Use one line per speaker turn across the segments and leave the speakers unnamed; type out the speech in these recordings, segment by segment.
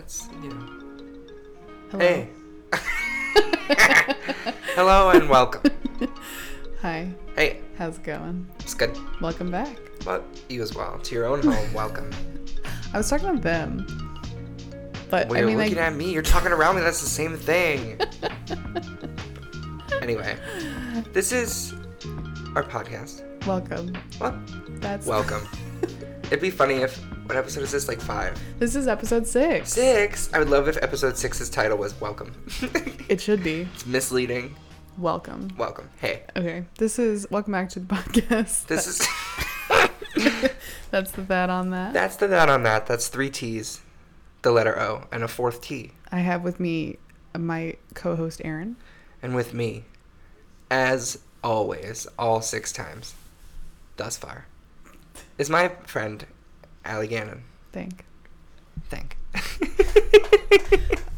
It's you know.
Hello.
Hey. Hello and welcome.
Hi.
Hey,
How's it going?
it's good.
Welcome back.
Well, you as well. To your own home, welcome.
I was talking about them. But
Well,
I
you're
mean like
looking at me. You're talking around me. That's the same thing. anyway, this is our podcast.
welcome.
Well,
That's
welcome. It'd be funny if what episode is this? Like five,
This is episode 6.
six. I would love if episode six's title was "Welcome." it's
It should be
misleading.
welcome.
Welcome. Hey,
Okay. This is welcome back to the podcast.
this is.
That's the that on that.
That's the that on that. That's three T's, the letter O, and a fourth T.
I have with me uh, my co-host Aaron.
And with me, as always, all six times, thus far, is my friend, Allie Gannon.
Thank.
Thank.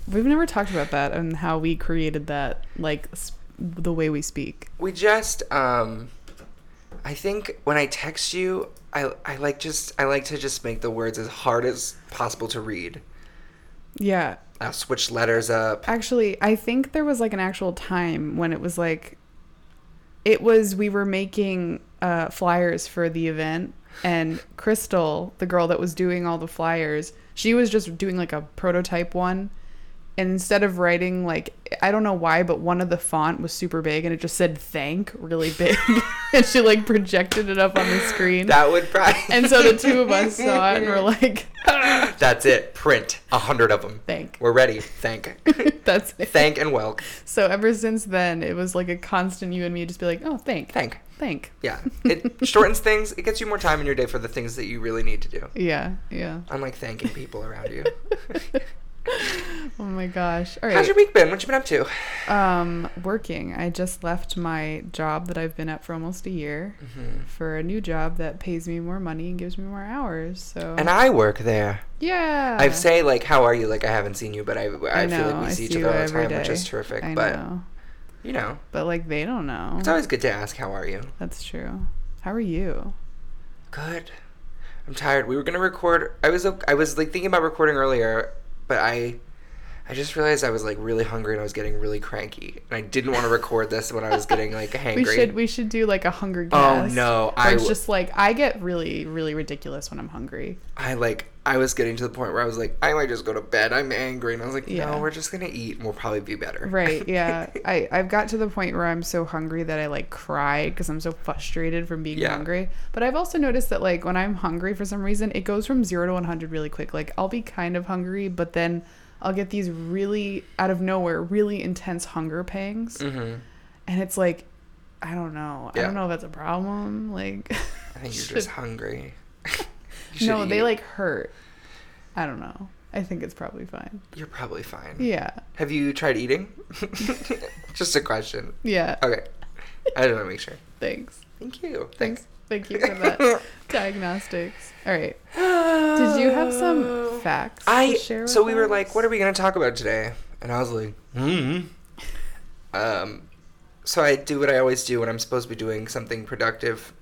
We've never talked about that and how we created that like sp- the way we speak.
We just, um, I think when I text you, I, I like just I like to just make the words as hard as possible to read.
Yeah.
I'll switch letters up.
Actually, I think there was like an actual time when it was like it was we were making uh, flyers for the event and Crystal, the girl that was doing all the flyers, she was just doing like a prototype one. And instead of writing like I don't know why, but one of the font was super big and it just said thank really big and she like projected it up on the screen.
That would probably.
and so the two of us saw it and were like
That's it. Print a hundred of them.
thank.
We're ready. Thank.
That's it.
Thank and welk.
So ever since then, it was like a constant you and me just be like, oh, thank,
Thank.
thank.
Yeah. It shortens things. It gets you more time in your day for the things that you really need to do.
Yeah, yeah.
Unlike thanking people around you.
Oh my gosh. All
How's
right.
your week been? What you been up to?
um, working. I just left my job that I've been at for almost a year
Mm-hmm.
for a new job that pays me more money and gives me more hours. So
And I work there.
yeah,
I say like, "How are you?" Like I haven't seen you, but I, I, feel like we see each
you
other all the
every
time, which
day.
is terrific.
I
but
know.
you know,
but like they don't know.
it's always good to ask, "How are you?"
That's true. How are you?
Good. I'm tired. We were gonna record. I was I was like thinking about recording earlier, but I I just realized I was like really hungry and I was getting really cranky, and I didn't want to record this when I was getting like hangry.
We should we should do like a hunger
Oh,
guest.
no,
where
I
it's
w-
just like I get really really ridiculous when I'm hungry.
I like I was getting to the point where I was like, I might just go to bed. I'm angry, and I was like,
Yeah.
no, we're just gonna eat, and we'll probably be better.
Right. Yeah. I I've got to the point where I'm so hungry that I like cry because I'm so frustrated from being
Yeah.
hungry. But I've also noticed that like when I'm hungry for some reason, it goes from 0 to 100 really quick. Like I'll be kind of hungry, but then I'll get these really out of nowhere really intense hunger pangs.
Mm-hmm.
And it's like I don't know. I
Yeah.
don't know if that's a problem. Like
I think you're
should-
just hungry. You should
No,
eat.
they like hurt. I don't know. I think it's probably fine.
You're probably fine.
Yeah.
Have you tried eating? just a question.
Yeah.
Okay. I just want to make sure.
Thanks.
Thank you.
Thanks.
Thanks.
Thank you for that. Diagnostics. All right. Did you have some facts?
Oh. I
to share with
so we were
us?
like, what are we gonna talk about today? And I was like, hmm. Um, so I do what I always do when I'm supposed to be doing something productive.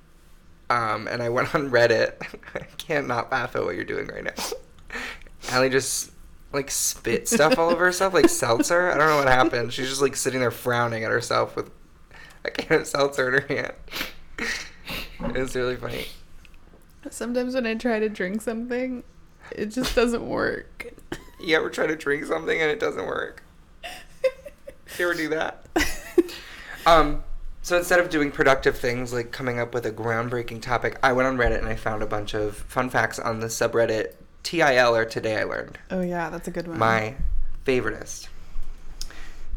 Um, and I went on Reddit. I can't not laugh at what you're doing right now. Allie just like spit stuff all over herself, like seltzer. I don't know what happened. She's just like sitting there frowning at herself with a can of seltzer in her hand. It's really funny.
Sometimes when I try to drink something, it just doesn't work.
You ever try to drink something and it doesn't work? You ever do that? Um, so instead of doing productive things like coming up with a groundbreaking topic, I went on Reddit and I found a bunch of fun facts on the subreddit TIL or Today I Learned.
oh yeah, that's a good one.
My favoriteest.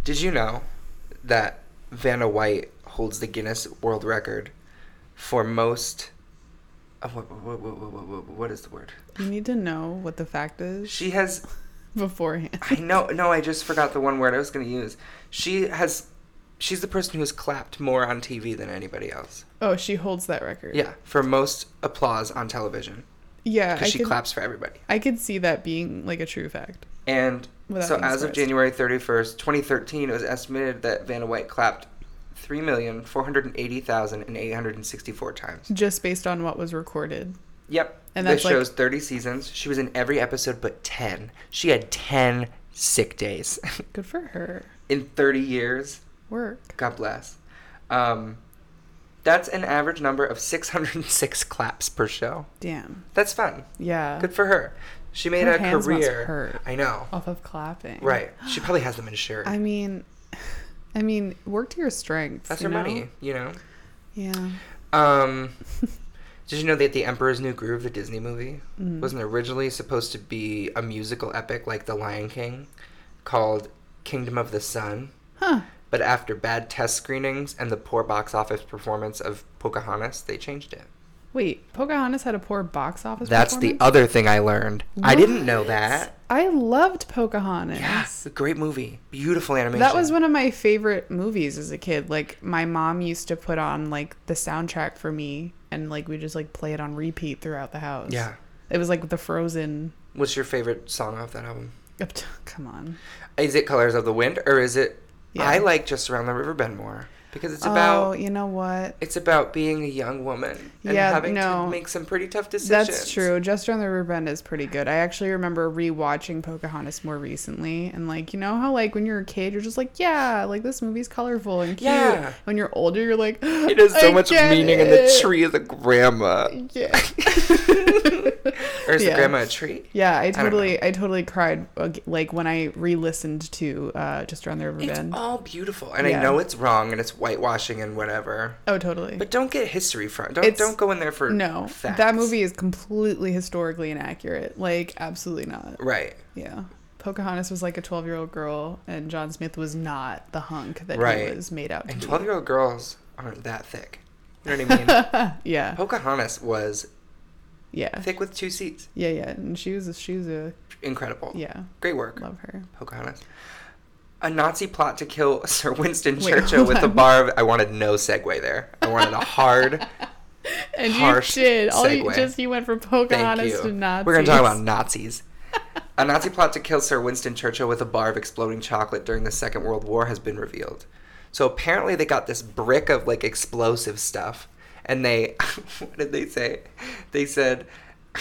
Did you know that Vanna White holds the Guinness World Record for most? Oh, what, what, what, what, what, what- what is the word?
You need to know what the fact is
She has
beforehand.
I know. No, I just forgot the one word I was going to use. She has. She's the person who has clapped more on TV than anybody else.
Oh, she holds that record.
Yeah, for most applause on television
Yeah. Uh, I
because she
could,
claps for everybody.
I could see that being like a true fact.
And
Without
so,
being
as of
surprised.
January thirty first, twenty thirteen, it was estimated that Vanna White clapped three million four hundred eighty thousand and eight hundred sixty four times.
Just based on what was recorded.
Yep.
And
And
that's
that
like-
show's 30 seasons. She was in every episode but 10. She had 10 sick days
Good for her.
in 30 years.
Work.
God bless. Um, that's an average number of 606 claps per show.
Damn.
That's fun.
Yeah.
Good for her. She made
Oh. Her
a
hands must
career.
hurt.
I know.
Off of clapping.
Right. She probably has them insured.
I mean, I mean, work to your strengths.
That's
you
her
know?
money, you know?
Yeah.
Um, did you know that The Emperor's New Groove, the Disney movie,
Mm.
wasn't originally supposed to be a musical epic like The Lion King called Kingdom of the Sun?
Huh.
But after bad test screenings and the poor box office performance of Pocahontas, they changed it.
Wait, Pocahontas had a poor box office.
That's the
performance?
other thing I learned. I didn't know
What?
that.
I loved Pocahontas.
Yes. A great movie. Beautiful animation.
That was one of my favorite movies as a kid. Like my mom used to put on like the soundtrack for me and like we just like play it on repeat throughout the house.
Yeah.
It was like the frozen
What's your favorite song off that album?
up to- come on.
Is it Colors of the Wind or is it
Yeah.
I like Just Around the River Bend more because it's about
Oh, you know what?
It's about being a young woman and
Yeah,
having
no.
to make some pretty tough decisions.
That's true. Just on the River Bend is pretty good. I actually remember rewatching Pocahontas more recently, and like you know how like when you're a kid, you're just like, yeah, like this movie's colorful and cute.
Yeah.
When you're older, you're like,
It has so
"I
much
get
meaning, and the
it."
tree is a grandma.
Yeah.
Or is
Yeah.
the grandma a tree?
Yeah, I
don't
totally, I, totally cried ag- like when I re-listened to uh, just around the river
It's
bend.
all beautiful, and
Yeah.
I know it's wrong, and it's whitewashing and whatever.
oh, totally.
But don't get history from. Don't
It's-
don't go in there for
no,
facts.
that movie is completely historically inaccurate. Like, absolutely not.
Right,
Yeah, Pocahontas was like a twelve-year-old girl, and John Smith was not the hunk that he
Right.
was made out to
and
be.
twelve-year-old girls aren't that thick. You know what I mean?
yeah,
Pocahontas was
yeah,
thick with two C's.
yeah, yeah. And she was, a, she was a,
Incredible.
yeah,
Great work.
love her.
Pocahontas. A Nazi plot to kill Sir Winston
Wait,
Churchill
hold
with the
on.
bar. Of, I wanted no segue there. I wanted a hard.
And
Harsh
you did. All you
segue.
just you went from
thank
Pocahontas
you.
to Nazis.
We're gonna talk about Nazis. A Nazi plot to kill Sir Winston Churchill with a bar of exploding chocolate during the Second World War has been revealed. So apparently they got this brick of like explosive stuff, and they what did they say? They said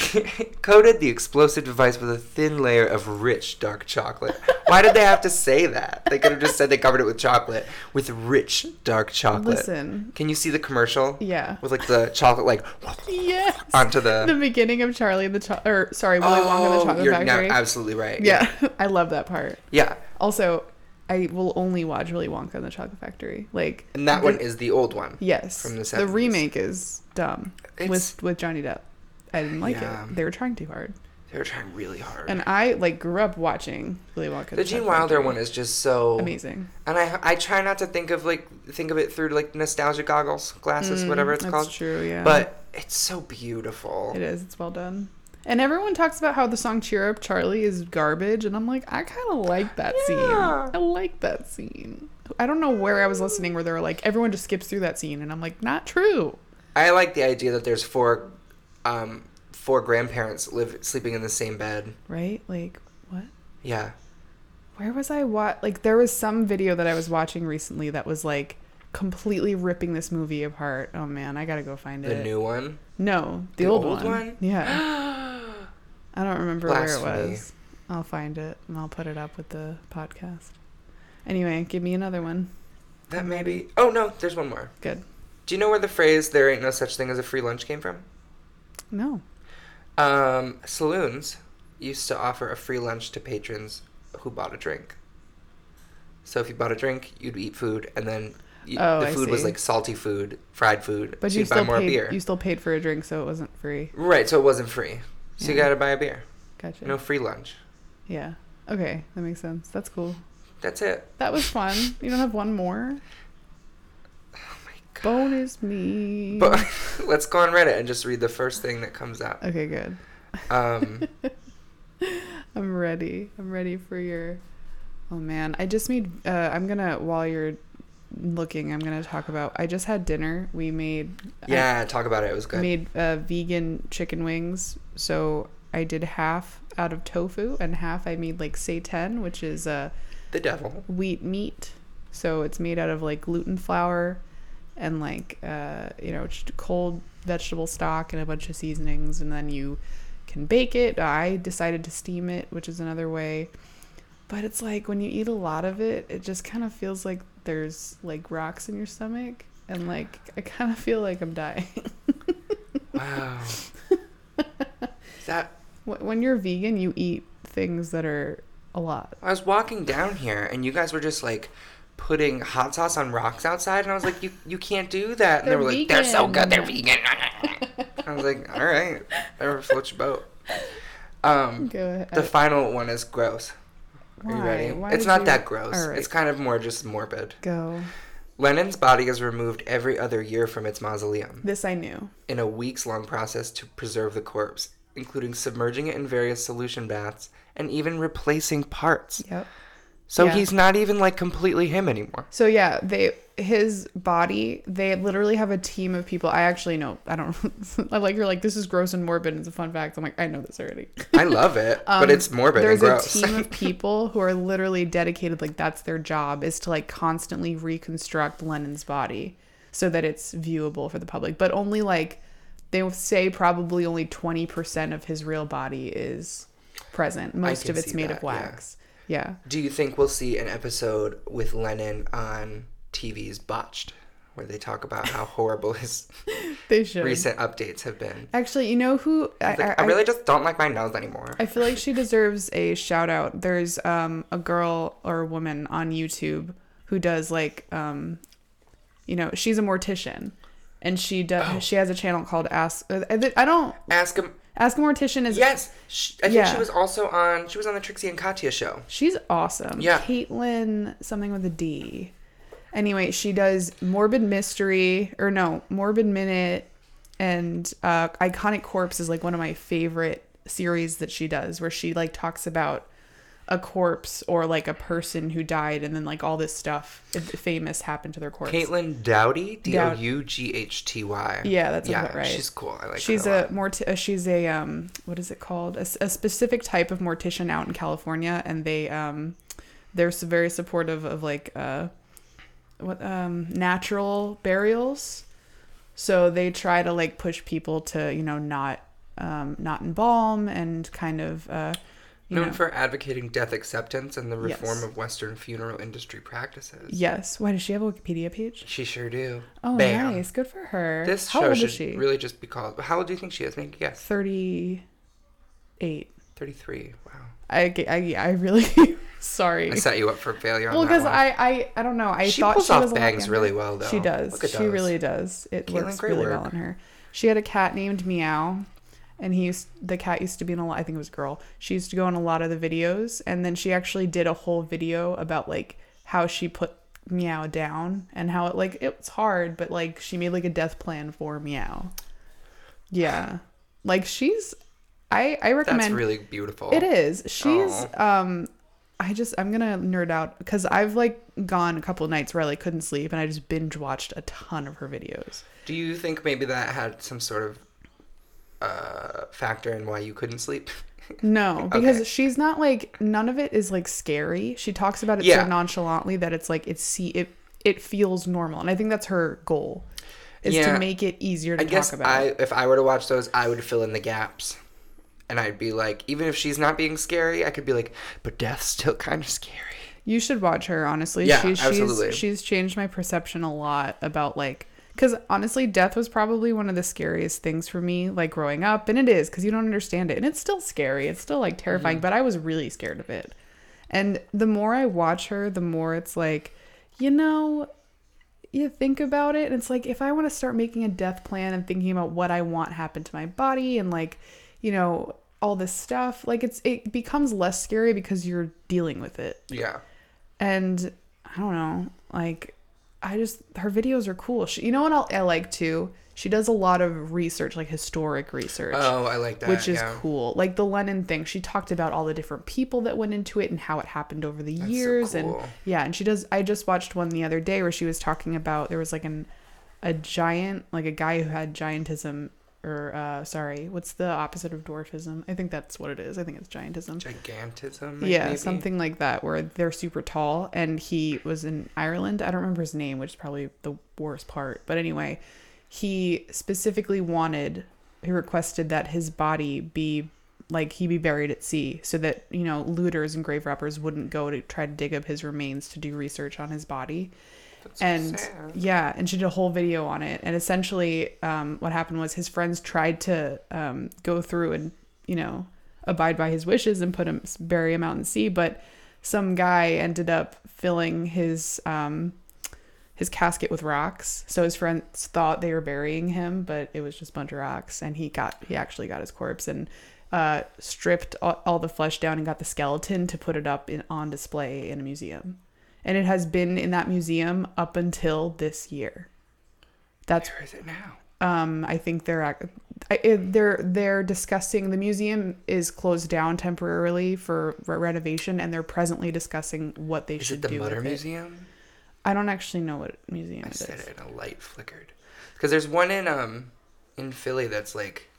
coated the explosive device with a thin layer of rich dark chocolate. Why did they have to say that? They could have just said they covered it with chocolate, with rich dark chocolate.
Listen,
Can you see the commercial?
yeah,
With like the chocolate like
yes.
onto the Oh,
the beginning of Charlie and the Cho- or sorry, Willy Wonka and the Chocolate
you're
Factory.
now absolutely right.
yeah, I love that part.
Yeah.
Also, I will only watch Willy Wonka and the Chocolate Factory. Like
And that
the-
one is the old one.
yes,
from the
the,
70s.
remake is dumb
It's-
with with Johnny Depp. I didn't like
Yeah.
it. They were trying too hard,
They were trying really hard.
and I like grew up watching Willy Wonka. and
the Gene
Chocolate
Wilder
Factory.
one is just so
amazing.
And I I try not to think of like think of it through like nostalgia goggles, glasses,
Mm,
whatever it's
that's
called.
True, yeah.
But it's so beautiful.
it is. It's well done. And everyone talks about how the song "Cheer Up, Charlie" is garbage, and I'm like, I kind of like that
Yeah.
scene. I like that scene. I don't know where I was listening where they were like, everyone just skips through that scene, and I'm like, not true.
I like the idea that there's four um four grandparents live sleeping in the same bed.
right? Like, what?
Yeah.
Where was I? What? Like, there was some video that I was watching recently that was like completely ripping this movie apart. Oh man, I gotta go find
The
it.
new one.
no, the,
the
old,
old
one.
one?
Yeah, I don't remember where it
Blasphemy.
was. I'll find it and I'll put it up with the podcast. Anyway, give me another one.
That may be Oh no, there's one more.
Good.
Do you know where the phrase there ain't no such thing as a free lunch came from?
No.
Um, saloons used to offer a free lunch to patrons who bought a drink. So if you bought a drink, you'd eat food, and then you,
Oh,
the
I
food was
see.
like salty food, fried food.
But
so
you
you'd buy
still
more
paid.
beer.
You still paid for a drink, so it wasn't free.
Right, so it wasn't free. So you
Yeah.
gotta buy a beer.
Gotcha.
No free lunch.
Yeah. Okay, that makes sense. That's cool.
That's it.
That was fun. you don't have one more.
Oh my god.
Bonus me.
But
Mm.
let's go on Reddit and just read the first thing that comes up.
okay, good.
Um,
I'm ready. I'm ready for your. Oh man, I just made. Uh, I'm gonna while you're looking, I'm gonna talk about. I just had dinner. We made.
yeah, talk about it. It was
I
good.
made uh, vegan chicken wings. So I did half out of tofu and half I made like seitan, which is uh,
The devil.
wheat meat. So it's made out of like gluten flour and like uh, you know just cold vegetable stock and a bunch of seasonings, and then you can bake it. I decided to steam it, which is another way. But it's like when you eat a lot of it, it just kind of feels like there's like rocks in your stomach, and like I kind of feel like I'm dying.
Wow. that
Wh- when you're vegan, you eat things that are a lot.
I was walking down here and you guys were just like putting hot sauce on rocks outside and I was like, You you can't do that and they
They're
were like, They're so
vegan.
good, they're vegan. I was like, All right. Never float your boat. Um
Go ahead.
the final one is gross. Are you
Why?
ready?
Why
it's
would
not
you-
that gross.
All right.
It's kind of more just morbid.
Go.
Lenin's body is removed every other year from its mausoleum
This I knew.
in a weeks long process to preserve the corpse, including submerging it in various solution baths and even replacing parts.
Yep.
So
Yeah.
he's not even like completely him anymore.
So yeah, they his body. They literally have a team of people. I actually know. I don't. I like you're like this is gross and morbid. It's a fun fact. I'm like I know this already.
I love it, but it's morbid and
Um, There's a
gross.
team of people who are literally dedicated. Like that's their job is to like constantly reconstruct Lenin's body so that it's viewable for the public. But only like they would say probably only twenty percent of his real body is present. Most
can
of it's
see
made
that, yeah.
of wax. Yeah.
Do you think we'll see an episode with Lennon on TV's Botched, where they talk about how horrible his
They should.
recent updates have been?
Actually, you know who I,
Like, I, really just don't like my nose anymore.
I feel like she deserves a shout out. There's um, a girl or a woman on YouTube who does like, um, you know, she's a mortician, and she does. She has a channel called Ask. uh, I don't
Ask him.
Ask a Mortician is.
Yes, sh I think
Yeah.
she was also on. She was on the Trixie and Katya show.
She's awesome.
Yeah.
Caitlin something with a D. Anyway, she does morbid mystery or no morbid minute, and uh, iconic corpse is like one of my favorite series that she does, where she like talks about a corpse or like a person who died, and then like all this stuff famous happened to their corpse.
Caitlin Dowdy, D O
Dowd-
U G H T Y.
Yeah, that's
yeah.
about right.
She's cool. I like.
she's
her a, lot.
a mort- uh, she's a um what is it called a, s- a specific type of mortician out in california and they um they're s- very supportive of like uh what um natural burials so they try to like push people to you know not um not embalm and kind of uh you
known
know
for advocating death acceptance and the
Yes.
reform of Western funeral industry practices.
yes why does she have a wikipedia page
She sure do.
oh
Bam.
nice good for her
This
how
show
old
should
is she
really just be called. How old do you think she is? Make a guess.
38
Thirty-three. Wow.
I, I, I really sorry
I set you up for failure. On
Well,
because
because I, I I don't know. I
She
thought
pulls
she
off
was a lot
bangs
younger.
really well, though.
She does.
Look at
she
those.
really does. It
Caitlin,
works
great
really
work.
well on her. She had a cat named Meow, and he used the cat used to be in a lot. I think it was a girl. She used to go on a lot of the videos, and then she actually did a whole video about like how she put Meow down and how it like it's hard, but like she made like a death plan for Meow. Yeah, like she's. I I
That's
recommend
really beautiful.
it is. She's um I just I'm gonna nerd out because I've like gone a couple nights where I like couldn't sleep and I just binge watched a ton of her videos.
Do you think maybe that had some sort of uh, factor in why you couldn't sleep?
No, because
Okay.
she's not like none of it is like scary. She talks about it
Yeah.
so nonchalantly that it's like it's see it it feels normal. And I think that's her goal is
Yeah.
to make it easier to
I
talk
guess
about.
I, if I were to watch those, I would fill in the gaps, and I'd be like, even if she's not being scary, I could be like, but death's still kind of scary.
You should watch her, honestly.
Yeah,
she's,
absolutely.
She's, she's changed my perception a lot about like, because honestly, death was probably one of the scariest things for me, like growing up, and it is because you don't understand it, and it's still scary. It's still like terrifying,
Mm-hmm.
but I was really scared of it. And the more I watch her, the more it's like, you know, you think about it and it's like if i want to start making a death plan and thinking about what i want happen to my body and like you know all this stuff like it's it becomes less scary because you're dealing with it
Yeah.
and I don't know, like I just her videos are cool. She, you know what I'll, I like too? She does a lot of research, like historic research,
Oh, I like that.
which is
yeah.
cool. Like the Lennon thing, she talked about all the different people that went into it and how it happened over the years,
cool.
and yeah, and she does. I just watched one the other day where she was talking about there was like an a giant, like a guy who had giantism. Or uh, sorry, what's the opposite of dwarfism? I think that's what it is. I think it's giantism
Gigantism.
yeah
um, maybe?
something like that where they're super tall and he was in ireland i don't remember his name which is probably the worst part but anyway he specifically wanted he requested that his body be like he be buried at sea so that you know looters and grave robbers wouldn't go to try to dig up his remains to do research on his body
That's so
and
sad.
yeah and she did a whole video on it and essentially um, what happened was his friends tried to um, go through and you know abide by his wishes and put him bury him out in sea but some guy ended up filling his um, his casket with rocks so his friends thought they were burying him but it was just a bunch of rocks and he got he actually got his corpse and uh, stripped all, all the flesh down and got the skeleton to put it up in, on display in a museum and it has been in that museum up until this year. That's
Where is it now?
um I think they're ac- I, it, they're they're discussing the museum is closed down temporarily for re- renovation and they're presently discussing what they
Is
should
it the
do
Mutter
with it.
Museum?
I don't actually know what museum
I
it is.
said it and a light flickered. Because there's one in um in Philly that's like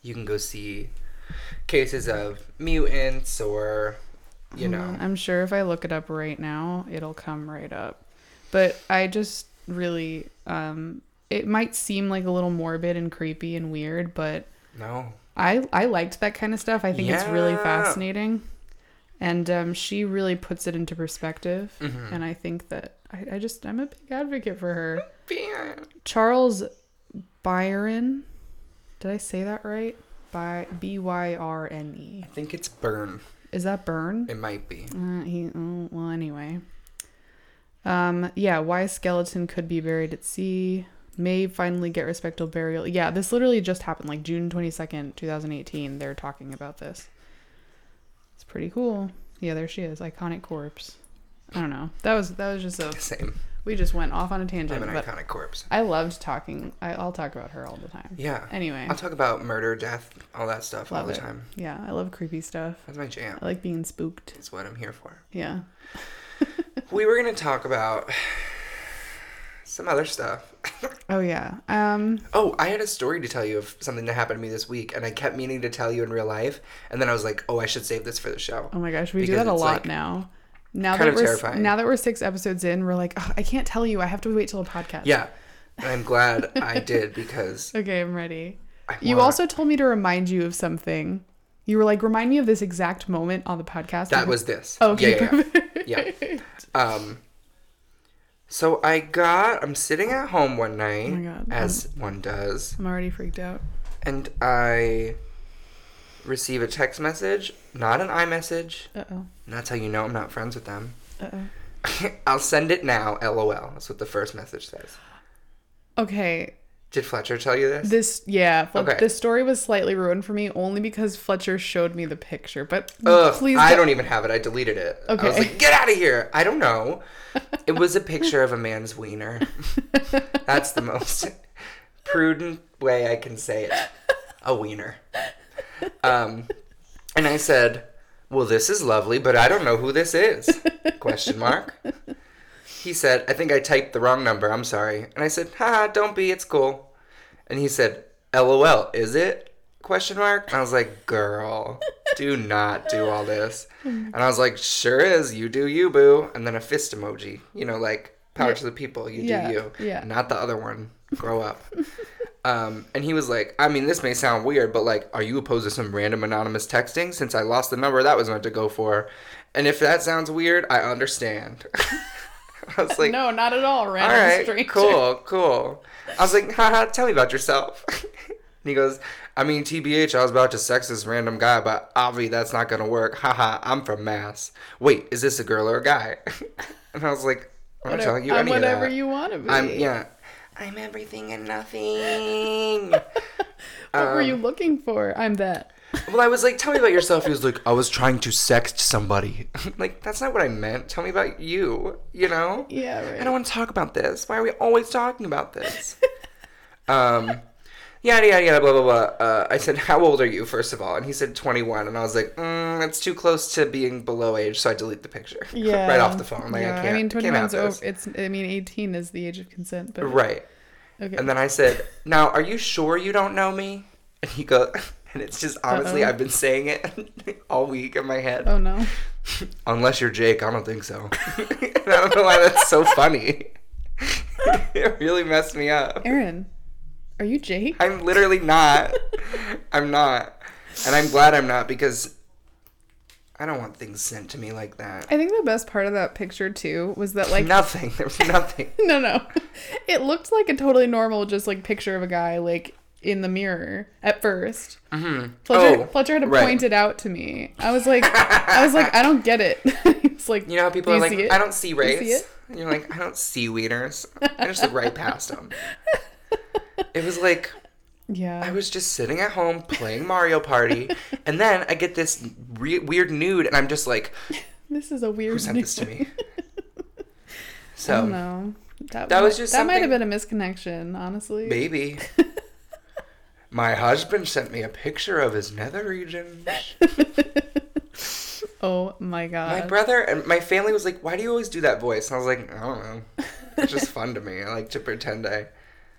you can go see cases of mutants or you
Mm,
know
I'm sure if I look it up right now, it'll come right up. But I just really um it might seem like a little morbid and creepy and weird, but
no.
I I liked that kind of stuff. I think it's really
Yeah.
fascinating, and um, she really puts it into perspective.
Mm-hmm.
And I think that I, I just I'm a big advocate for her. Charles Byron, did I say that right? By B Y R N E.
I think it's Burn.
Is that Burn?
It might be.
Uh, he oh, well anyway. Um yeah, why a skeleton could be buried at sea may finally get respectable burial. Yeah, this literally just happened like June 22nd, 2018. They're talking about this. It's pretty cool. Yeah, there she is, iconic corpse. I don't know. That was that was just a
Same.
we just went off on a
I'm
tangent,
an
but
iconic corpse.
I loved talking. I, I'll talk about her all the time.
Yeah.
Anyway,
I'll talk about murder, death, all that stuff all
Love
the
it. Oh.
time.
yeah, I love creepy stuff.
That's my jam.
I like being spooked.
It's what I'm here for.
Yeah.
We were gonna talk about some other stuff.
Oh yeah. Um
Oh, I had a story to tell you of something that happened to me this week, and I kept meaning to tell you in real life, and then I was like, "Oh, I should save this for the show."
Oh my gosh, we do
Because
that a
it's,
lot
like,
now. Now
kind of
that we're
terrifying.
now that we're six episodes in, we're like, "Ugh, I can't tell you. I have to wait till a podcast.
Yeah, and I'm glad I did because
Okay, I'm ready.
I
You
want-
also told me to remind you of something. You were like, remind me of this exact moment on the podcast.
that
And-
was this.
Oh, okay.
Yeah, yeah,
perfect.
yeah. yeah. Um. So I got. I'm sitting at home one night,
Oh my God.
as one does.
I'm already freaked out.
and I receive a text message, not an iMessage.
Uh oh.
And that's how you know I'm not friends with them.
Uh oh.
I'll send it now, lol. That's what the first message says.
Okay.
Did Fletcher tell you this?
This yeah. Fle-
Okay.
The story was slightly ruined for me only because Fletcher showed me the picture. But
Ugh,
please,
I
don't-
don't even have it. I deleted it. I was
Okay.
like, get out of here. I don't know. It was a picture of a man's wiener. That's the most prudent way I can say it. A wiener. Um, and I said, well, this is lovely, but I don't know who this is. Question mark. He said, I think I typed the wrong number. I'm sorry. And I said, haha, don't be. It's cool. And he said, LOL, is it? Question mark. And I was like, girl, do not do all this. And I was like, sure is. You do you, boo. And then a fist emoji. You know, like power to the people. You
Yeah,
do you.
yeah.
Not the other one. Grow up. um, and he was like, I mean, this may sound weird, but like, are you opposed to some random anonymous texting? Since I lost the number that was meant to go for. And if that sounds weird, I understand. I was like,
No, not at all.
all
Random
right,
stranger.
cool, cool. I was like, haha, tell me about yourself. and he goes, I mean, TBH, I was about to sex this random guy, but obvi, that's not gonna work. Haha, I'm from Mass. Wait, is this a girl or a guy? and I was like, I'm not telling you
I'm
any of
whatever
that.
you want to be.
I'm yeah. I'm everything and nothing.
What
um,
were you looking for? I'm that.
well, I was like, tell me about yourself. He was like, I was trying to sext somebody. like, that's not what I meant. Tell me about you. You know?
Yeah, right.
I don't want to talk about this. Why are we always talking about this? um, yada yada yada blah blah blah. Uh, I said, "How old are you?" First of all, and he said, "21," and I was like, mm, "That's too close to being below age," so I delete the picture
yeah.
right off the phone. Like
Yeah,
I can't.
mean,
can't have
21's
this.
over. It's. I mean, 18 is the age of consent. But
Right.
okay.
And then I said, "Now, are you sure you don't know me?" And he goes, and it's just honestly,
Uh-oh.
I've been saying it all week in my head.
oh no.
Unless you're Jake, I don't think so. And I don't know why that's so funny. it really messed me up.
Aaron, Are you Jake?
I'm literally not. I'm not. And I'm glad I'm not because I don't want things sent to me like that.
I think the best part of that picture too was that like
nothing. There was nothing.
no no. It looked like a totally normal just like picture of a guy like in the mirror at 1st Fletcher,
Oh,
Fletcher had to
right.
point it out to me. I was like I was like I don't get it. It's like
You know how people
"Do
are
you
like,
see it?"
I don't see race.
it?
And you're like, I don't see wieners. I just look right past them. It was like
Yeah.
I was just sitting at home playing Mario Party, and then I get this re- weird nude, and I'm just like,
this is a weird
who sent this to me?
I don't
So
know. That,
That
mi-
was just
that might have
something-
been a misconnection, honestly.
maybe my husband sent me a picture of his nether regions.
Oh my
My
god.
brother and my family was like, "Why do you always do that voice?" And I was like, "I don't know. It's just fun to me. I like to pretend I."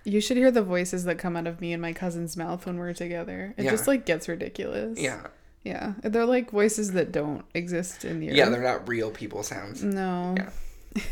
you should hear the voices that come out of me and my cousin's mouth when we're together. It
Yeah.
just like gets ridiculous.
Yeah,
Yeah. They're like voices that don't exist in the
yeah.
earth.
They're not real people sounds.
No.
Yeah.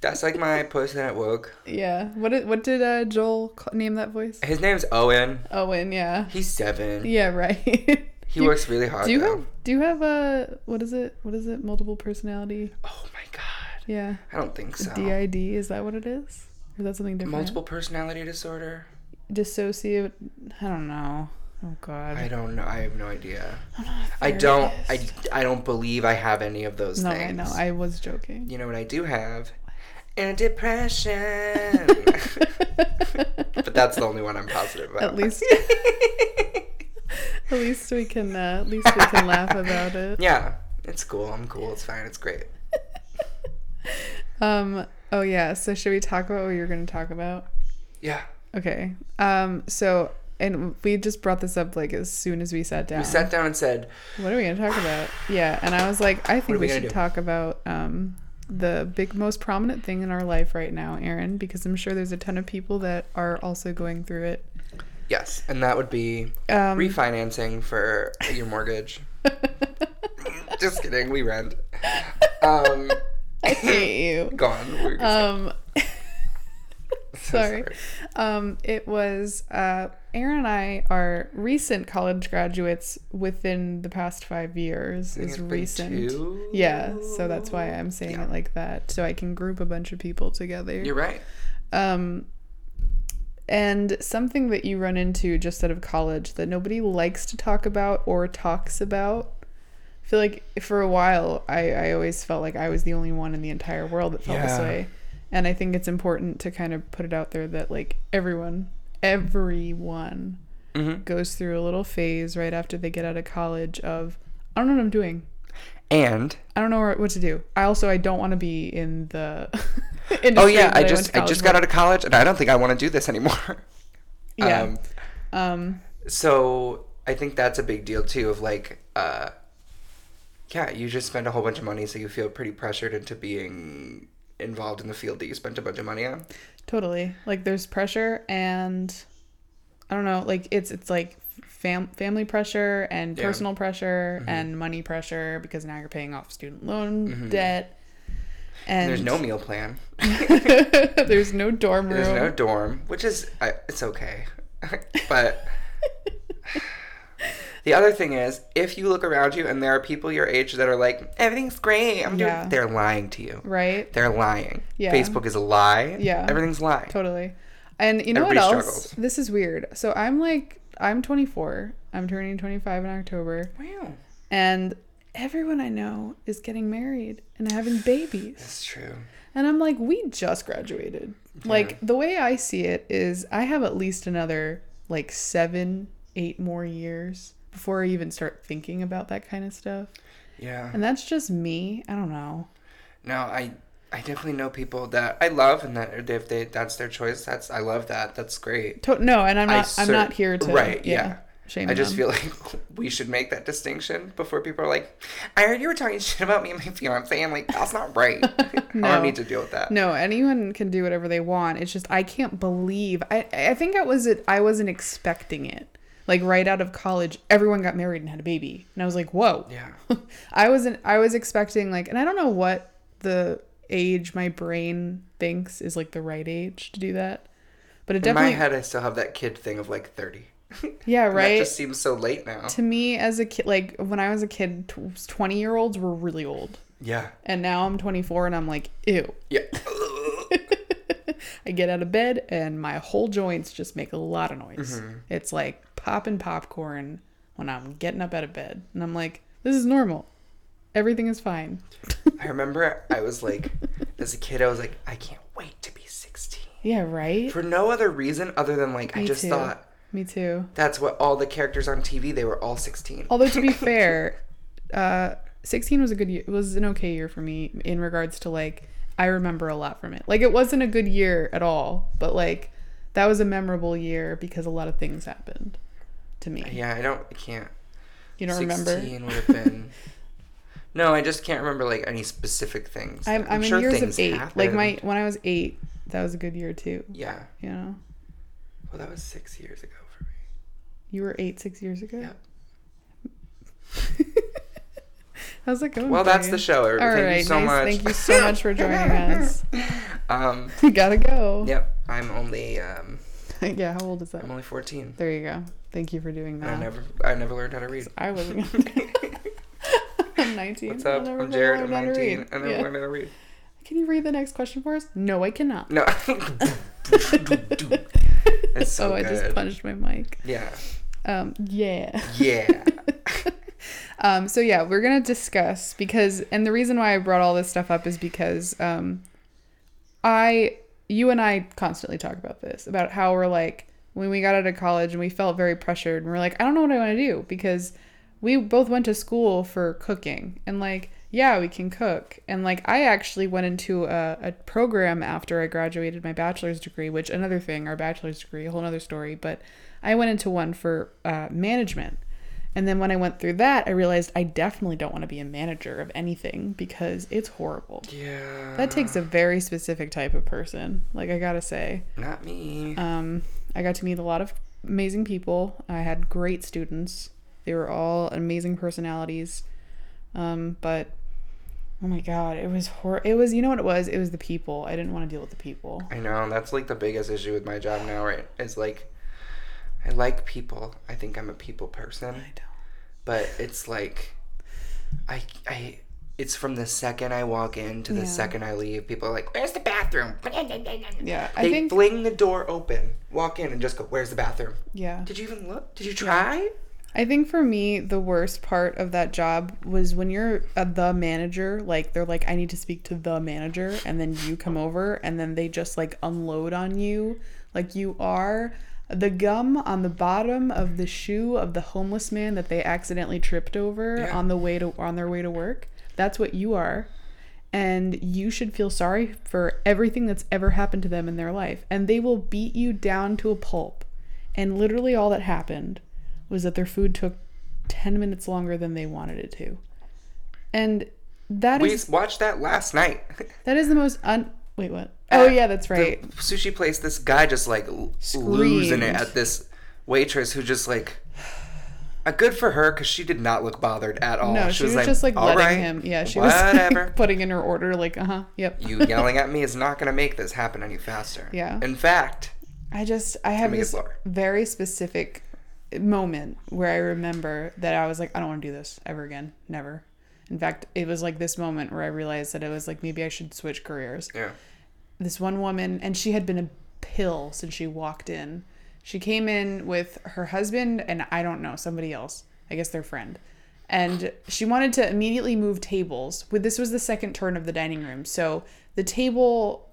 That's like my person at woke.
Yeah. What did what did uh, Joel cl- name that voice?
His name's Owen.
Owen. Yeah.
He's seven.
Yeah. Right.
He
Do you-
works really hard.
Do you
though.
have do you have a what is it? What is it? Multiple personality.
Oh my god.
Yeah.
I don't think so.
DID is that what it is? Or is that something different?
Multiple personality disorder?
dissociate. I don't know. Oh God.
I don't know. I have no idea.
not a
I don't I,
therapist.
I don't believe I have any of those
No,
things.
I know. I was joking.
You know what I do have? And depression. but that's the only one I'm positive about.
At least. at least we can. Uh, at least we can laugh about it.
Yeah. It's cool. I'm cool. It's fine. It's great.
Um. Oh yeah. So should we talk about what you're going to talk about?
Yeah.
Okay. Um. So and we just brought this up like as soon as we sat down.
We sat down and said,
What are we going to talk about? Yeah. And I was like, I
we
think we,
gonna
should
do?
talk about um the big most prominent thing in our life right now, Aaron, because I'm sure there's a ton of people that are also going through it.
yes. And that would be
Um,
refinancing for your mortgage. Just kidding. We rent. Um,
I hate you.
gone. We're
Um,
so
sorry. Um, it was uh, Aaron and I are recent college graduates within the past five years.
I think
Is
it's been
recent.
two-
Yeah, so that's why I'm saying it like that, so I can group a bunch of people together.
You're right.
Um, and something that you run into just out of college that nobody likes to talk about or talks about. I feel like for a while, I, I always felt like I was the only one in the entire world that felt this
Yeah.
way. And I think it's important to kind of put it out there that, like, everyone, everyone
Mhm.
goes through a little phase right after they get out of college of, I don't know what I'm doing.
And
I don't know where- what to do. I also, I don't want to be in the industry.
oh yeah,
that
I
went
just
to
I just
college
got out of college, and I don't think I want to do this anymore.
for. Yeah.
Um,
Um,
so I think that's a big deal too. Of like, uh, yeah, you just spend a whole bunch of money, so you feel pretty pressured into being involved in the field that you spent a bunch of money on.
totally. Like there's pressure and I don't know, like it's it's like fam- family pressure and
Yeah. Mm-hmm.
personal pressure and money pressure because now you're paying off student loan debt. And
And Mm-hmm. there's no meal plan.
there's no dorm room.
There's no dorm, which is I, it's okay, but the other thing is, if you look around you and there are people your age that are like, everything's great, I'm
Yeah.
doing, they're lying to you.
right?
They're lying.
Yeah.
Facebook is a lie.
Yeah.
everything's a lie.
Totally. And you know what
Everybody
else?
struggles.
This is weird. So I'm like I'm 24. I'm turning 25 in October
Wow,
and everyone I know is getting married and having babies.
that's true.
And I'm like, we just graduated. Like, the way I see it is I have at least another like seven, eight more years before I even start thinking about that kind of stuff.
Yeah.
And that's just me. I don't know.
No, I I definitely know people that I love and that if they that's their choice, that's I love that. That's great.
To- no, and I'm
I
not, I'm
cer-
not here to.
Right, yeah.
Shame
I just
them.
feel like we should make that distinction before people are like, I heard you were talking shit about me and my fiance. I'm like, that's not right. I
No.
don't need to deal with that.
No, anyone can do whatever they want. It's just I can't believe I I think I was I wasn't expecting it. Like right out of college, everyone got married and had a baby. And I was like, "Whoa."
Yeah.
I wasn't I was expecting like and I don't know what the age my brain thinks is like the right age to do that. But it
In my
definitely,
head, I still have that kid thing of like 30.
yeah,
And
right.
That just seems so late now.
to me, as a kid, like when I was a kid, twenty year olds were really old,
Yeah.
and now I'm 24, and I'm like, ew.
Yeah.
I get out of bed, and my whole joints just make a lot of noise.
Mm-hmm.
It's like popping popcorn when I'm getting up out of bed, and I'm like, this is normal. Everything is fine.
I remember I was like, as a kid, I was like, I can't wait to be 16.
Yeah, right.
For no other reason other than like, I just thought
Me too.
that's what all the characters on TV, they were all 16.
Although to be fair, uh, 16 was a good year. Was an okay year for me in regards to like I remember a lot from it. Like it wasn't a good year at all, but like that was a memorable year because a lot of things happened to me.
yeah, I don't, I can't.
You don't
16
remember?
would have been. no, I just can't remember like any specific things.
I'm, I'm in years of eight. Like my
happened.
when I was eight, that was a good year too.
Yeah.
You know,
Well, that was six years ago for me.
you were eight six years ago.
Yep.
How's it going?
Well, that's
Brian?
the show.
Oh, All
everyone. Thank you
right,
so
nice.
much.
Thank you so much for joining us.
Um,
We gotta go.
yep. I'm only um,
yeah, how old is that?
I'm only 14.
There you go. Thank you for doing
And I
that.
never I never learned how to read.
I wasn't gonna do that. I'm 19.
What's up?
I'll never
I'm Jared. I'm
learn how to
19.
read.
I never
Yeah.
learned how to read.
Can you read the next question for us? No, I cannot.
No. That's so
oh, I just
good.
punched my mic.
yeah.
Um, yeah.
Yeah.
Um, so yeah, we're gonna discuss because, and the reason why I brought all this stuff up is because um, I, you and I constantly talk about this about how we're like when we got out of college and we felt very pressured and we're like, I don't know what I want to do because we both went to school for cooking and like yeah we can cook and like i actually went into a, a program after i graduated my bachelor's degree which another thing our bachelor's degree a whole nother story but i went into one for uh, management and then when I went through that, I realized I definitely don't want to be a manager of anything because it's horrible.
Yeah.
That takes a very specific type of person. Like I gotta say,
Not me.
um, I got to meet a lot of amazing people. I had great students. They were all amazing personalities. Um, but oh my god, it was hor. It was you know what it was. It was the people. I didn't want to deal with the people.
I know. That's like the biggest issue with my job now, right? Is like I like people. I think I'm a people person.
I don't.
but it's like I I it's from the second I walk in to the
Yeah.
second I leave. People are like, "Where's the bathroom?"
Yeah, I
They
think.
fling the door open, walk in, and just go, "Where's the bathroom?"
yeah.
Did you even look? Did you try?
I think for me, the worst part of that job was when you're a, the manager, like they're like, I need to speak to the manager. And then you come over and then they just like unload on you. Like you are the gum on the bottom of the shoe of the homeless man that they accidentally tripped over
Yeah.
on the way to on their way to work. That's what you are. And you should feel sorry for everything that's ever happened to them in their life. And they will beat you down to a pulp. And literally all that happened was that their food took 10 minutes longer than they wanted it to. And that
We
is
watched that last night.
that is the most un Wait, what?
Uh,
Oh yeah, that's right.
Sushi place. This guy just like l- losing it
Screamed.
at this waitress who just like. uh, Good for her because she did not look bothered at all.
no, she, was just like
"All
letting
right,
him. Yeah, she was
whatever.
like, putting in her order like, "Uh-huh, yep."
you yelling at me is not going to make this happen any faster.
Yeah.
In fact,
I just I have
make it
this
lower.
very specific moment where I remember that I was like, I don't want to do this ever again, never. In fact, it was like this moment where I realized that it was like maybe I should switch careers.
yeah.
This one woman, and she had been a pill since she walked in. She came in with her husband and I don't know somebody else, I guess their friend, and she wanted to immediately move tables. With this was the second turn of the dining room, so the table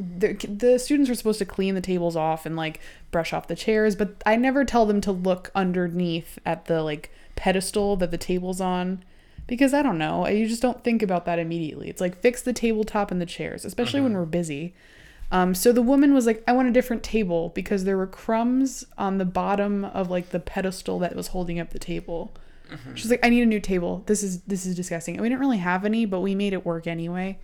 Mm-hmm. the, the students were supposed to clean the tables off and like brush off the chairs but i never tell them to look underneath at the like pedestal that the table's on because i don't know you just don't think about that immediately it's like fix the tabletop and the chairs especially when we're busy um, so the woman was like i want a different table because there were crumbs on the bottom of like the pedestal that was holding up the table She's like, I need a new table. This is this is disgusting. And we didn't really have any, but we made it work anyway.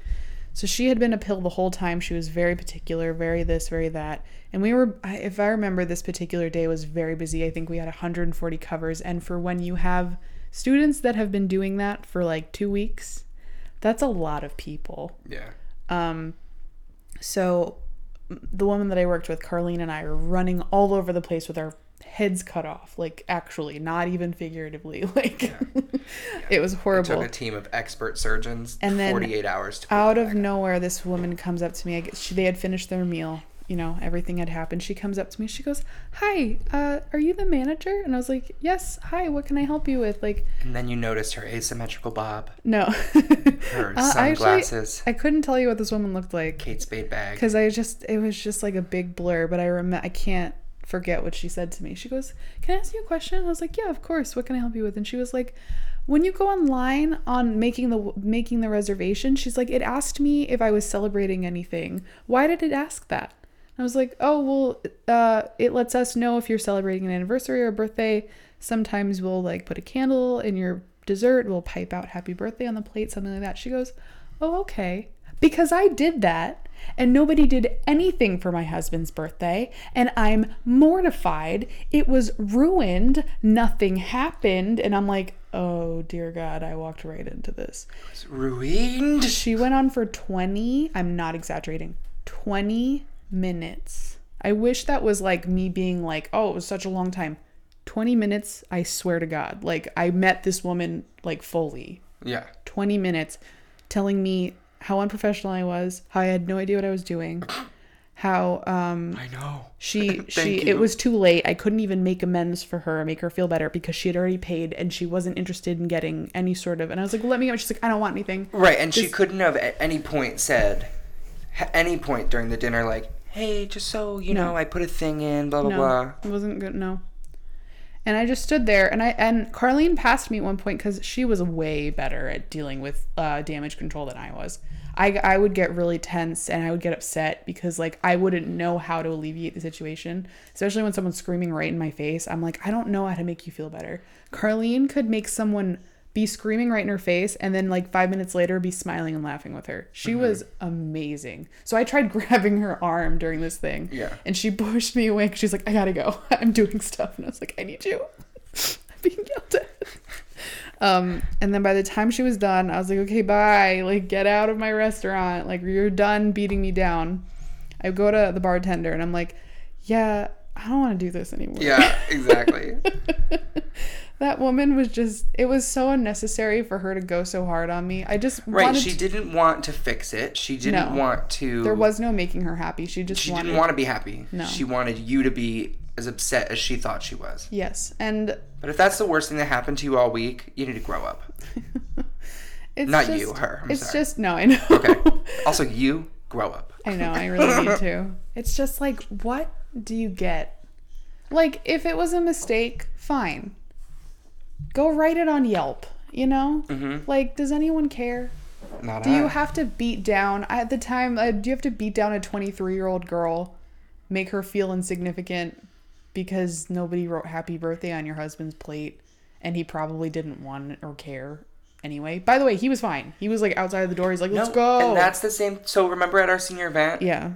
So she had been a pill the whole time. She was very particular, very this, very that. And we were, I- if I remember, this particular day was very busy. I think we had 140 covers. And for when you have students that have been doing that for like two weeks, that's a lot of people.
Yeah.
So the woman that I worked with, Carlene, and I are running all over the place with our heads cut off, like actually, not even figuratively. Like it was
It took
horrible.
a team of expert surgeons
And then
48 hours to
Out of nowhere, this woman comes up to me. I guess she, they had finished their meal. You know, everything had happened. She comes up to me. She goes, "Hi, uh, are you the manager?" And I was like, "Yes. Hi. What can I help you with?" Like,
And then you noticed her asymmetrical bob,
no.
her
Uh, I actually-
sunglasses,
I couldn't tell you what this woman looked like.
Kate Spade bag.
because I just it was just like a big blur, but I remember I can't forget what she said to me. She goes, "Can I ask you a question?" And I was like, "Yeah, of course. What can I help you with?" And she was like, "When you go online on making the making the reservation, she's like, it asked me if I was celebrating anything. Why did it ask that?" And I was like, "Oh well, uh, it lets us know if you're celebrating an anniversary or a birthday. Sometimes we'll like put a candle in your dessert. We'll pipe out happy birthday on the plate, something like that." She goes, "Oh okay." Because I did that and nobody did anything for my husband's birthday, and I'm mortified. It was ruined, nothing happened, and I'm like, oh dear God, I walked right into this.
It's Ruined.
She went on for 20, I'm not exaggerating, 20 minutes. I wish that was like me being like, oh, it was such a long time. 20 minutes, I swear to God. Like, I met this woman like fully.
Yeah.
20 minutes telling me how unprofessional I was, how I had no idea what I was doing, how um
I know.
she she
Thank you.
it was too late. I couldn't even make amends for her, make her feel better because she had already paid and she wasn't interested in getting any sort of. And I was like, "Let me go." She's like, "I don't want anything."
Right, and she couldn't have at any point said, at any point during the dinner, like, hey, just so you know, I put a thing in, blah, blah, blah.
No, it wasn't good. No. And I just stood there, and I and Carlene passed me at one point because she was way better at dealing with uh, damage control than I was. I I would get really tense and I would get upset because like I wouldn't know how to alleviate the situation, especially when someone's screaming right in my face. I'm like, I don't know how to make you feel better. Carlene could make someone be screaming right in her face and then like five minutes later be smiling and laughing with her
Mm-hmm.
she was amazing so i tried grabbing her arm during this thing
Yeah.
and she pushed me away 'cause she's like, I gotta go. I'm doing stuff. And I was like, I need you. I'm being yelled at. Um, and then by the time she was done, I was like, okay, bye. Like, get out of my restaurant. Like, you're done beating me down. I go to the bartender and I'm like, yeah, I don't want to do this anymore.
Yeah, exactly.
That woman was just, it was so unnecessary for her to go so hard on me. I just
right,
wanted
she
to-
didn't want to fix it. She didn't
No.
want to.
there was no making her happy. She just
She
wanted
didn't want to be happy.
No.
She wanted you to be as upset as she thought she was.
Yes. And
But if that's the worst thing that happened to you all week, you need to grow up.
it's
Not
just-
you, her. I'm
it's
sorry.
just, no, I know.
Okay. also, you grow up.
I know, I really need to. It's just like, what do you get? Like, if it was a mistake, fine. Go write it on Yelp, you know?
Mm-hmm.
Like, does anyone care?
Not
Do
I.
you have to beat down, at the time, uh, do you have to beat down a 23 year old girl, make her feel insignificant because nobody wrote happy birthday on your husband's plate and he probably didn't want it or care anyway? By the way, he was fine. He was like outside the door. He's like, let's
No,
go.
And that's the same. So remember at our senior event,
yeah.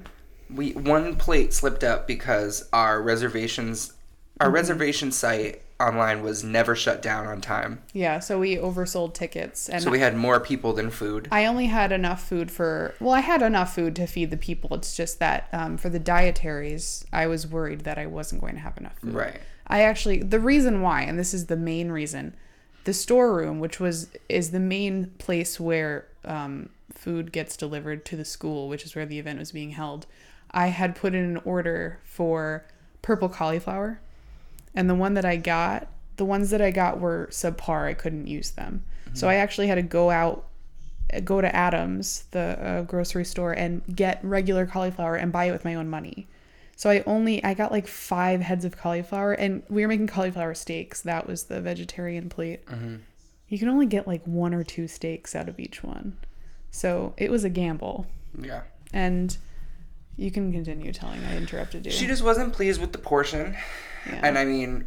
we one plate slipped up because our reservations our
Mm-hmm.
reservation site online was never shut down on time
Yeah, so we oversold tickets and
so we had more people than food
I only had enough food for well, I had enough food to feed the people. It's just that um, for the dietaries, I was worried that I wasn't going to have enough food.
right
I actually the reason why, and this is the main reason, the storeroom, which was is the main place where um, food gets delivered to the school, which is where the event was being held. I had put in an order for purple cauliflower, and the one that I got, the ones that I got were subpar. I couldn't use them, so I actually had to go out go to Adams, the uh, grocery store, and get regular cauliflower and buy it with my own money. So I only I got like five heads of cauliflower, and we were making cauliflower steaks. That was the vegetarian plate.
Mm-hmm.
You can only get like one or two steaks out of each one, so it was a gamble.
yeah
And you can continue telling. I interrupted you.
she just wasn't pleased with the portion
Yeah.
and i mean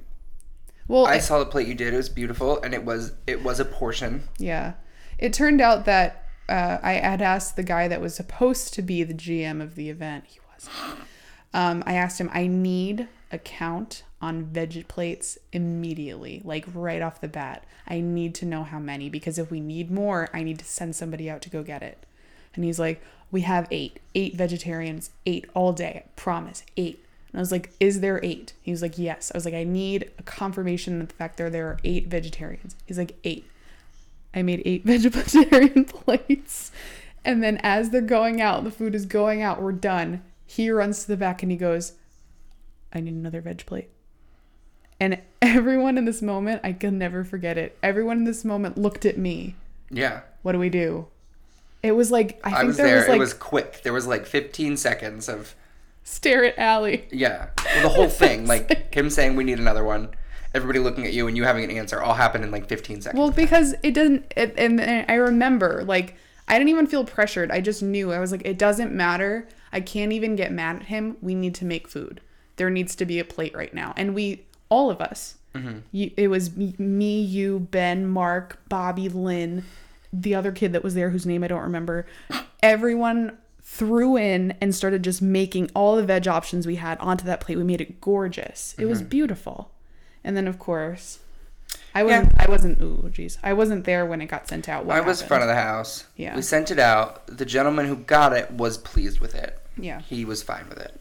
well,
i saw the plate you did it was beautiful and it was it was a portion
Yeah. It turned out that uh, I had asked the guy that was supposed to be the GM of the event. He wasn't. Um, I asked him, I need a count on veggie plates immediately, like right off the bat. I need to know how many because if we need more, I need to send somebody out to go get it. And he's like, we have eight, eight vegetarians, eight all day, I promise, eight. And I was like, is there eight? He was like, yes. I was like, I need a confirmation that the fact there there are eight vegetarians. He's like, eight. I made eight vegetarian plates. And then as they're going out, the food is going out, we're done. He runs to the back and he goes, I need another veg plate. And everyone in this moment, I can never forget it. Everyone in this moment looked at me.
Yeah.
What do we do? It was like I think
I was
there,
there.
was like
it was quick. There was like 15 seconds of
stare at Allie.
yeah, well, the whole thing. Like him saying we need another one, everybody looking at you and you having an answer, all happened in like 15 seconds.
Well, because it doesn't, it, and, and I remember, like, I didn't even feel pressured. I just knew. I was like, it doesn't matter. I can't even get mad at him. We need to make food. There needs to be a plate right now. And we, all of us, you, it was me- me, you, Ben, Mark, Bobby, Lynn, the other kid that was there whose name I don't remember. Everyone threw in and started just making all the veg options we had onto that plate. We made it gorgeous. It was beautiful. And then, of course, I wasn't. I wasn't. Ooh, jeez. I wasn't there when it got sent out. What
I was
happened?
front of the house.
Yeah.
We sent it out. The gentleman who got it was pleased with it.
Yeah. Mm-hmm.
He was fine with it.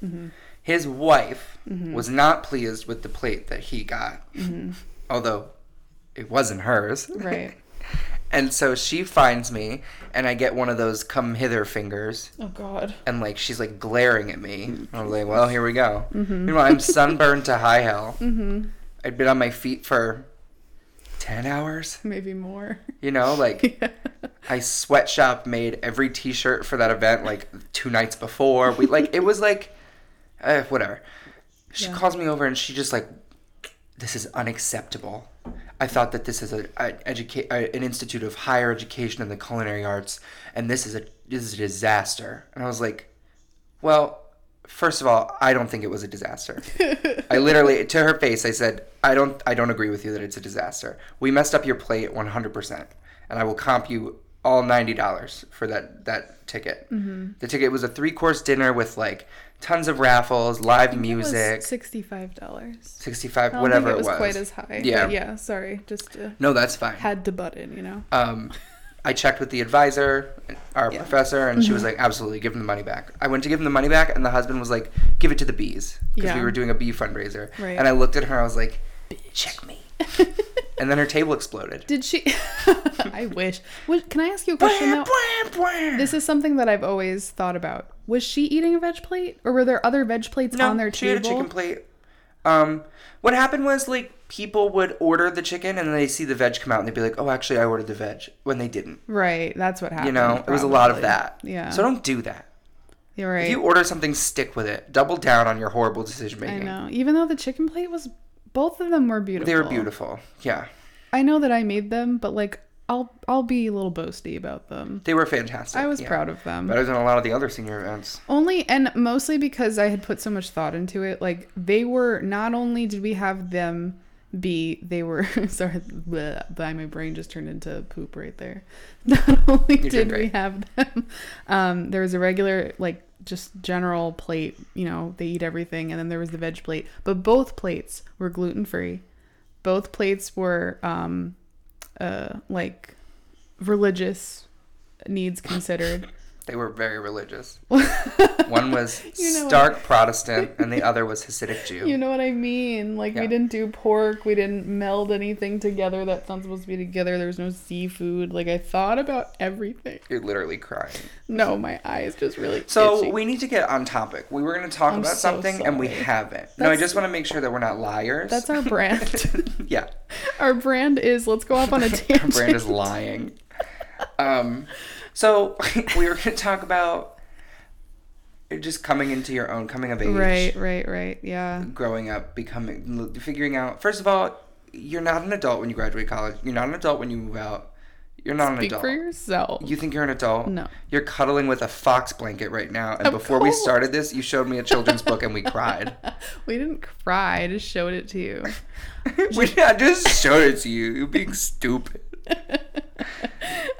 His wife was not pleased with the plate that he got, although it wasn't hers.
Mm-hmm. Right.
And so she finds me, and I get one of those come hither fingers,
Oh God.
and like she's like glaring at me.
Mm-hmm.
And I'm like, well, here we go. Meanwhile, I'm sunburned to high hell.
Mm-hmm.
I'd been on my feet for 10 hours,
Maybe more.
you know, like.
yeah.
I sweatshop made every T-shirt for that event like two nights before. We like it was like, uh, whatever. She
Yeah.
calls me over and she just like, this is unacceptable. I thought that this is a, a educa- uh, an institute of higher education in the culinary arts, and this is a this is a disaster. And I was like, well, first of all, I don't think it was a disaster. I literally to her face I said, I don't I don't agree with you that it's a disaster. We messed up your plate 100% and I will comp you all $90 for that that ticket.
Mm-hmm.
The ticket was a three-course dinner with like tons of raffles, live music,
Sixty-five dollars.
65 whatever
it was,
it was.
quite as high.
Yeah.
But yeah. Sorry. Just uh,
no, that's fine.
had to butt in. You know.
um, I checked with the advisor, our professor, and she
Mm-hmm.
was like, absolutely, give him the money back. I went to give him the money back, and the husband was like, give it to the bees. Because
Yeah.
we were doing a bee fundraiser.
Right.
And I looked at her, I was like, check me. and then her table exploded.
Did she? I wish. Was, can I ask you a question though? This is something that I've always thought about. Was she eating a veg plate, or were there other veg plates on their
she had a
table?
chicken plate. Um, what happened was, like, people would order the chicken, and then they see the veg come out, and they'd be like, oh, actually, I ordered the veg, when they didn't.
Right. That's what happened.
You know, it was a lot of
Uh, probably.
that.
Yeah.
So don't do that.
You're right.
If you order something, stick with it. Double down on your horrible decision
I
making.
know. Even though the chicken plate was, both of them were beautiful.
They were beautiful. Yeah.
I know that I made them, but like I'll I'll be a little boasty about them.
They were fantastic.
I was
yeah.
proud of them.
Better than a lot of the other senior events.
Only and mostly because I had put so much thought into it. Like they were not only did we have them be they were sorry bleh, blah, my brain just turned into poop right there. Not only
doing
did we
great.
have them, um, there was a regular like just general plate. You know they eat everything, and then there was the veg plate. But both plates were gluten free. Both plates were um, uh, like religious needs considered.
They were very religious. One was
You know what-
stark Protestant and the other was Hasidic Jew.
You know what I mean? Like we
Yeah.
didn't do pork, we didn't meld anything together that's not supposed to be together. There was no seafood. Like I thought about everything.
You're literally crying.
No, my eyes just really.
So
itchy.
we need to get on topic. We were going to talk
I'm
about
so
something and we
sorry.
haven't. no, I
That's-
just want to make sure that we're not liars.
that's our brand.
yeah.
our brand is let's go off on a tangent.
Our brand is lying. Um, so we were going to talk about just coming into your own, coming of age.
Right, right, right. Yeah.
growing up, becoming, figuring out. First of all, you're not an adult when you graduate college. You're not an adult when you move out. You're not an
Speak
adult.
for yourself.
You think you're an adult?
No.
You're cuddling with a fox blanket right now. And
Of
before we
course.
started this, you showed me a children's book and we cried.
we didn't cry. I just showed it to you.
we, I just showed it to you. You're being stupid.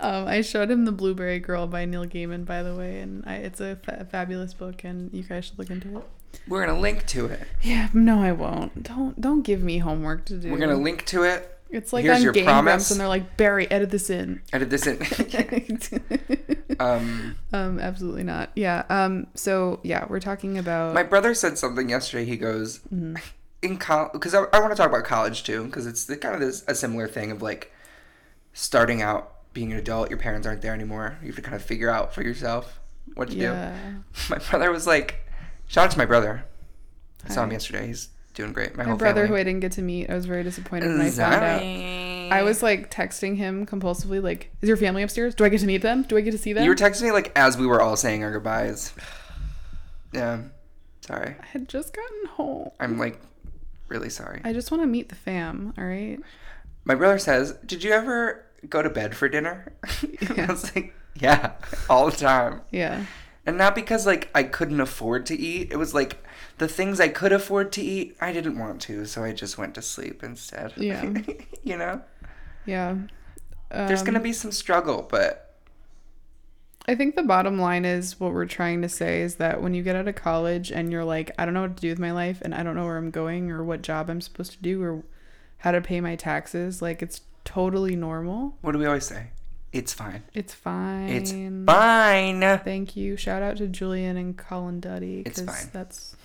Um, I showed him the Blueberry Girl by Neil Gaiman, by the way, and I, it's a fa- fabulous book, and you guys should look into it.
We're going to link to it.
Yeah, no, I won't. Don't don't give me homework to do.
We're going to link to it
It's like
Here's
on
your
Game
promise.
Grumps, and they're like, Barry, edit this in.
Edit this in. um,
um, absolutely not. Yeah. Um. So yeah, we're talking about.
my brother said something yesterday. He goes,
Mm-hmm.
in college, because I, I want to talk about college too, because it's the, kind of this, a similar thing of like starting out being an adult. Your parents aren't there anymore. You have to kind of figure out for yourself what to do.
yeah.
My brother was like, shout out to my brother. I saw him
Hi.
yesterday. He's doing great. My,
My
whole
brother, who
family.
I didn't get to meet, I was very disappointed when I found out. I was like texting him compulsively, like, "Is your family upstairs? Do I get to meet them? Do I get to see them?"
You were texting me like as we were all saying our goodbyes. Yeah, sorry.
I had just gotten home.
I'm like really sorry.
I just want to meet the fam. All right.
My brother says, "Did you ever go to bed for dinner?" and I was like, "Yeah, all the time."
Yeah.
And not because like I couldn't afford to eat. It was like the things I could afford to eat, I didn't want to, so I just went to sleep instead.
Yeah.
you know,
Yeah.
there's
Um,
gonna be some struggle, but
I think the bottom line is what we're trying to say is that when you get out of college and you're like, I don't know what to do with my life and I don't know where I'm going or what job I'm supposed to do or how to pay my taxes, like it's totally normal.
what do we always say? It's fine.
It's fine.
It's fine.
Thank you. Shout out to Julian and Colin Duddy
It's
because
fine.
that's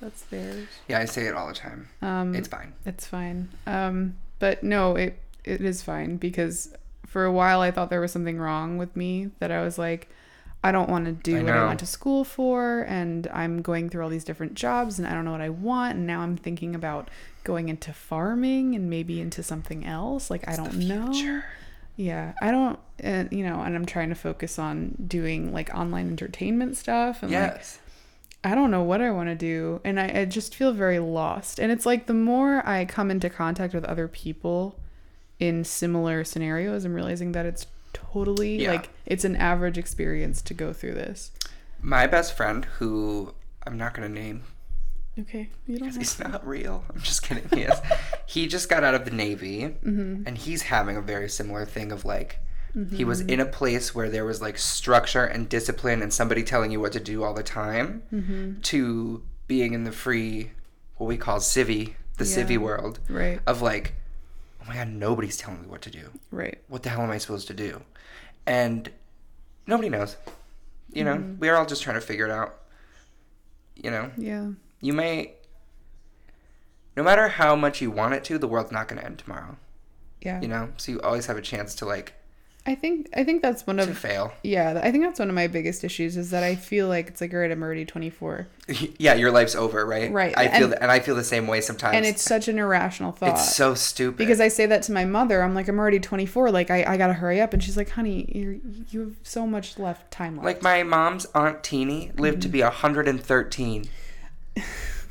that's theirs.
Yeah, I say it all the time.
Um,
It's fine.
It's fine. Um, but no, it it is fine because for a while I thought there was something wrong with me that I was like, I don't want to do
I
what I
know.
went to school for, and I'm going through all these different jobs, and I don't know what I want, and now I'm thinking about going into farming and maybe into something else. Like I don't know.
Sure.
Yeah, I don't, and you know, and I'm trying to focus on doing like online entertainment stuff and like
Yes.
I don't know what I want to do. And I, I just feel very lost. And it's like the more I come into contact with other people in similar scenarios, I'm realizing that it's totally
Yeah.
like it's an average experience to go through this.
My best friend, who I'm not gonna name
Okay. You don't
because he's not real. I'm just kidding. He is. he just got out of the Navy and he's having a very similar thing of like, he was in a place where there was like structure and discipline and somebody telling you what to do all the time to being in the free, what we call civvy, the
Yeah.
civvy world
Right.
of like, oh my God, nobody's telling me what to do
Right.
what the hell am I supposed to do? And nobody knows. You know, we are all just trying to figure it out. You know,
Yeah.
you may, no matter how much you want it to, the world's not going to end tomorrow.
Yeah.
You know, so you always have a chance to like
I think I think that's one
to
of
fail.
yeah, I think that's one of my biggest issues is that I feel like it's like all right, I'm already 24.
yeah, your life's over, right?
Right,
I feel
and-
and, and I feel the same way sometimes.
And it's such an irrational thought.
it's so stupid.
because I say that to my mother. I'm like, I'm already 24. Like, I, I gotta hurry up. And she's like, honey, you're, you have so much left time left.
Like my mom's aunt Teeny lived to be 113.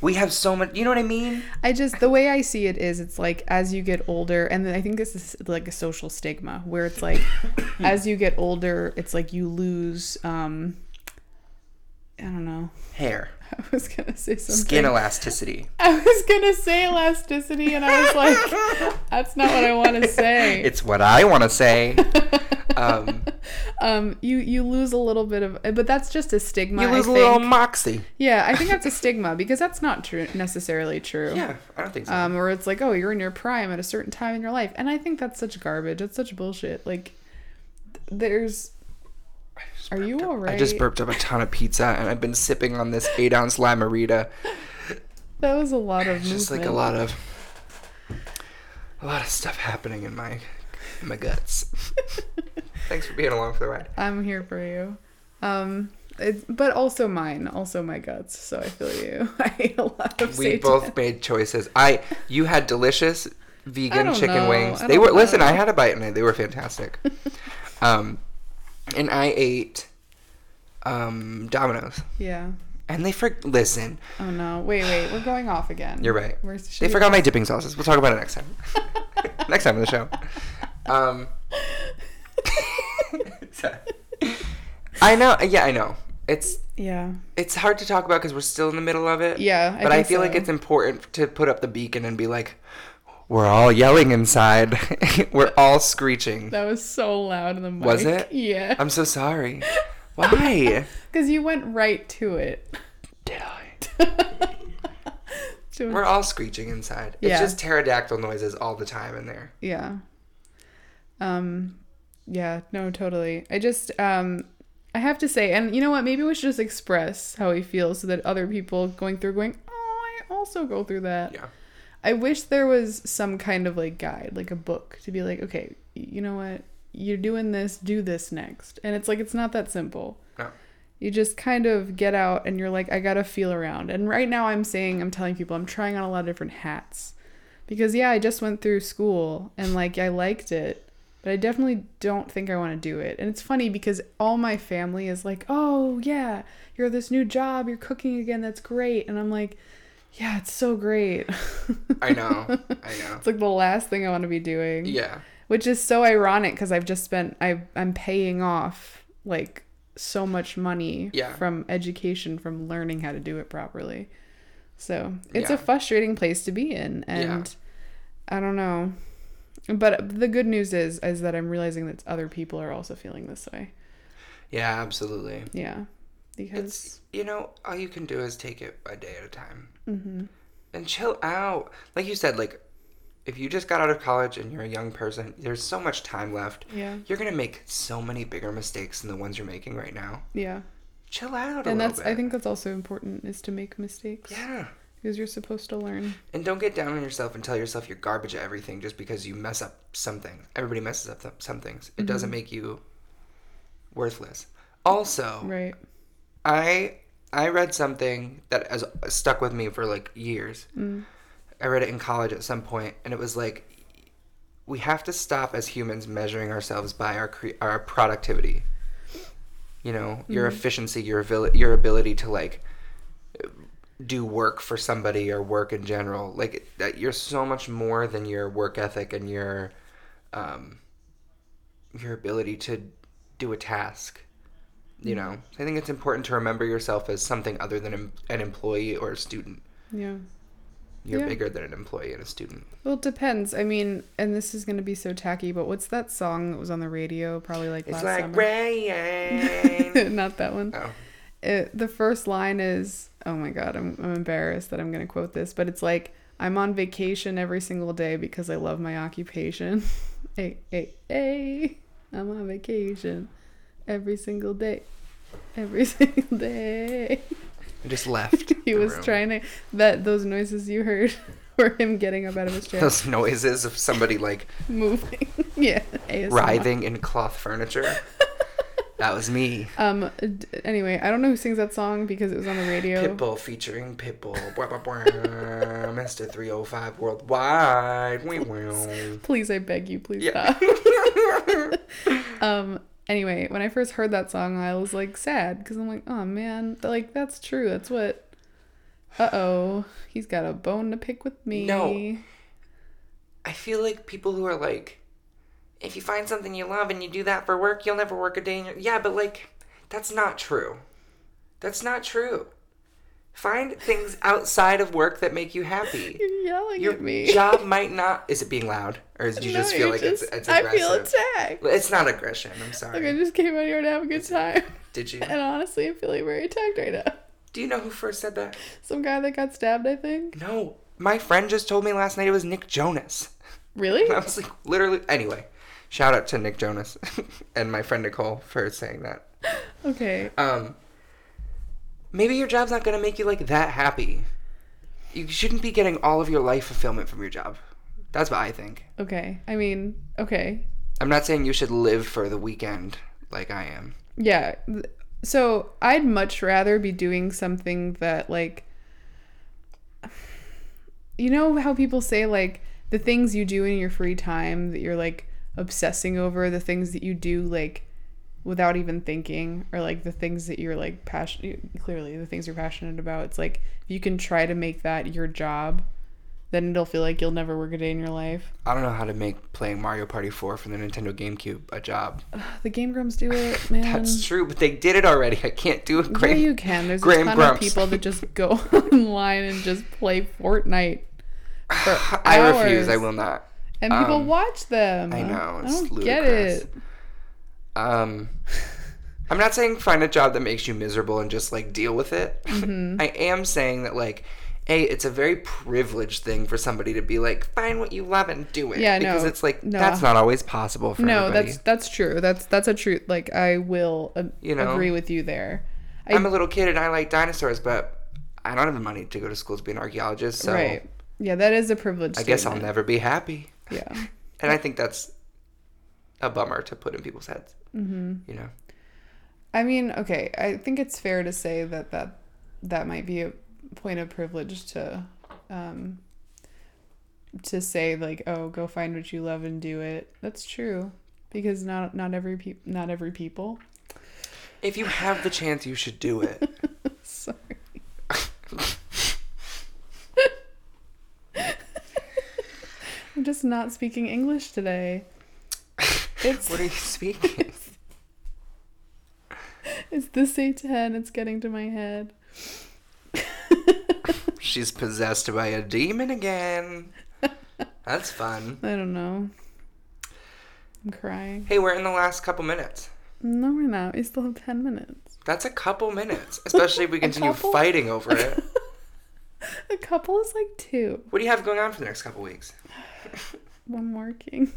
we have so much. You know what I mean?
I just the way I see it is, it's like as you get older, and I think this is like a social stigma where it's like as you get older, it's like you lose. um I don't know.
Hair,
I was gonna say something.
skin elasticity.
I was gonna say elasticity, and I was like, that's not what I want to say.
It's what I want to say. um,
um, you you lose a little bit of, but that's just a stigma.
you
I
lose a
think.
little moxie.
Yeah, I think that's a stigma because that's not true necessarily true.
Yeah, I don't think so.
Um, or it's like, oh, you're in your prime at a certain time in your life, and I think that's such garbage. That's such bullshit. Like, th- there's. Are you alright?
I just burped up a ton of pizza, and I've been sipping on this eight-ounce limerita.
That was a lot of movement.
Just like a lot of, a lot of stuff happening in my, in my guts. Thanks for being along for the ride.
I'm here for you. Um, it's, but also mine, also my guts. So I feel you. I ate a lot of.
We
satan-
both made choices. I, you had delicious
I
vegan
don't
chicken
know.
wings.
I
They
don't
were listen.
know.
I had a bite, and they were fantastic. um, and I ate, um, Domino's,
Yeah.
and they for listen.
Oh no! Wait, wait. We're going off again.
You're right.
We're,
They forgot my dipping sauces. We'll talk about it next time. next time on the show. Um, sorry. I know. Yeah, I know. It's
Yeah.
it's hard to talk about because we're still in the middle of it.
Yeah, I
but I
think
feel like
so.
it's important to put up the beacon and be like, we're all yelling inside. we're all screeching.
That was so loud in the mic.
Was it?
Yeah.
I'm so sorry. Why
Because you went right to it.
did I?
doing.
We're all screeching inside.
Yeah.
It's just pterodactyl noises all the time in there.
Yeah. Um yeah, no, totally. I just um I have to say, and you know what, maybe we should just express how we feel so that other people going through going, Oh, I also go through that.
Yeah.
I wish there was some kind of like guide, like a book to be like, okay, you know what? You're doing this, do this next. And it's like, it's not that simple.
No.
You just kind of get out and you're like, I gotta feel around. And right now I'm saying, I'm telling people, I'm trying on a lot of different hats. Because yeah, I just went through school and like I liked it, but I definitely don't think I wanna do it. And it's funny because all my family is like, oh yeah, you're this new job, you're cooking again, that's great. And I'm like, yeah, it's so great.
I know. I know.
It's like the last thing I want to be doing.
Yeah.
Which is so ironic because I've just spent I I'm paying off like so much money
Yeah.
from education from learning how to do it properly. So it's
Yeah.
a frustrating place to be in,
Yeah.
and I don't know. But the good news is is that I'm realizing that other people are also feeling this way.
Yeah, absolutely.
Yeah, because
It's you know, all you can do is take it a day at a time.
Mm-hmm.
And chill out. Like you said, like if you just got out of college and you're a young person, there's so much time left.
yeah,
You're gonna make so many bigger mistakes than the ones you're making right now.
yeah,
Chill out a little
and that's
bit.
I think that's also important is to make mistakes
Yeah.
because you're supposed to learn.
And don't get down on yourself and tell yourself you're garbage at everything just because you mess up something. Everybody messes up th- some things. It doesn't
Mm-hmm.
make you worthless. Also,
Right.
I I read something that has stuck with me for like years. I read it in college at some point, and it was like we have to stop as humans measuring ourselves by our cre- our productivity. You know, your efficiency, your abil- your ability to like do work for somebody or work in general. Like that, you're so much more than your work ethic and your um, your ability to do a task you know i think it's important to remember yourself as something other than em- an employee or a student
Yeah.
you're
Yeah.
bigger than an employee and a student
Well, it depends. I mean, and this is going to be so tacky, but what's that song that was on the radio probably like
it's
last
like
summer?
rain
Not that one.
oh
It, the first line is, oh my God, I'm, I'm embarrassed that I'm going to quote this, but it's like, I'm on vacation every single day because I love my occupation. hey, hey, hey, I'm on vacation every single day. Every single day.
i just left the
he was
room.
trying to, that those noises you heard were him getting up out of his chair,
those noises of somebody like
moving. yeah. ASMR.
writhing in cloth furniture that was me
Um. d- Anyway, I don't know who sings that song because it was on the radio.
Pitbull featuring Pitbull. Wah, wah, wah. Mr. 305 Worldwide. Wee, wee.
Please, I beg you, please
Yeah.
stop. um. Anyway, when I first heard that song, I was like sad because I'm like, oh man, th- like that's true. That's what. Uh oh, he's got a bone to pick with me.
No. I feel like people who are like, if you find something you love and you do that for work, you'll never work a day in your. Yeah, but like, that's not true. That's not true. Find things outside of work that make you happy.
You're yelling
Your
at me.
job might not. Is it being loud? Or is, do you
No,
just feel
you're
like it's, it's
I
aggressive? Mm.
feel attacked.
It's not aggression. I'm sorry.
Like I just came out here to have a good time,
Did you?
and honestly, I'm feeling very attacked right now.
Do you know who first said that?
Some guy that got stabbed, I think.
No. My friend just told me last night it was Nick Jonas.
Really?
I was like, literally. Anyway, shout out to Nick Jonas and my friend Nicole for saying that.
Okay.
um maybe your job's not going to make you like that happy you shouldn't be getting all of your life fulfillment from your job that's what i think
Okay. I mean, okay.
i'm not saying you should live for the weekend like i am
Yeah. th- So I'd much rather be doing something that, like, you know how people say, like, the things you do in your free time that you're, like, obsessing over, the things that you do, like, without even thinking, or, like, the things that you're, like, passionate, clearly, the things you're passionate about. It's like, if you can try to make that your job, then it'll feel like you'll never work a day in your life.
i don't know how to make playing mario party 4 for the nintendo gamecube a job
The Game Grumps do it, man.
that's true but they did it already i can't do it
Yeah,
great
you can. There's
Graham
a ton
Grumps.
of people that just go online and just play Fortnite for hours.
i refuse i will not
And people
um,
watch them.
I know,
I
it's
don't get
ludicrous.
it.
um i'm
Mm-hmm.
not saying find a job that makes you miserable and just like deal with it i am saying that like A, it's a very privileged thing for somebody to be like, find what you love and do it.
Yeah, no,
Because it's like
no.
that's not always possible for
no,
everybody.
that's that's true. That's that's a truth. Like I will a-
You know?
agree with you there. I,
I'm a little kid and I like dinosaurs, but I don't have the money to go to school to be an archaeologist, so
right. Yeah, that is a privilege.
I guess I'll never be happy.
Yeah.
And I think that's a bummer to put in people's heads. Mm-hmm. You know,
I mean, okay, I think it's fair to say that that that might be a point of privilege to um to say like, oh, go find what you love and do it. That's true because not not every pe- not every people.
if you have the chance, you should do it.
Sorry. I'm just not speaking English today. It's
what are you speaking?
it's the Satan. It's getting to my head.
She's possessed by a demon again. That's fun.
I don't know. I'm crying.
Hey, we're in the last couple minutes.
No, we're not. We still have 10 minutes.
That's a couple minutes, especially if we
A
continue
couple?
fighting over it.
A couple is like two.
What do you have going on for the next couple weeks?
I'm working.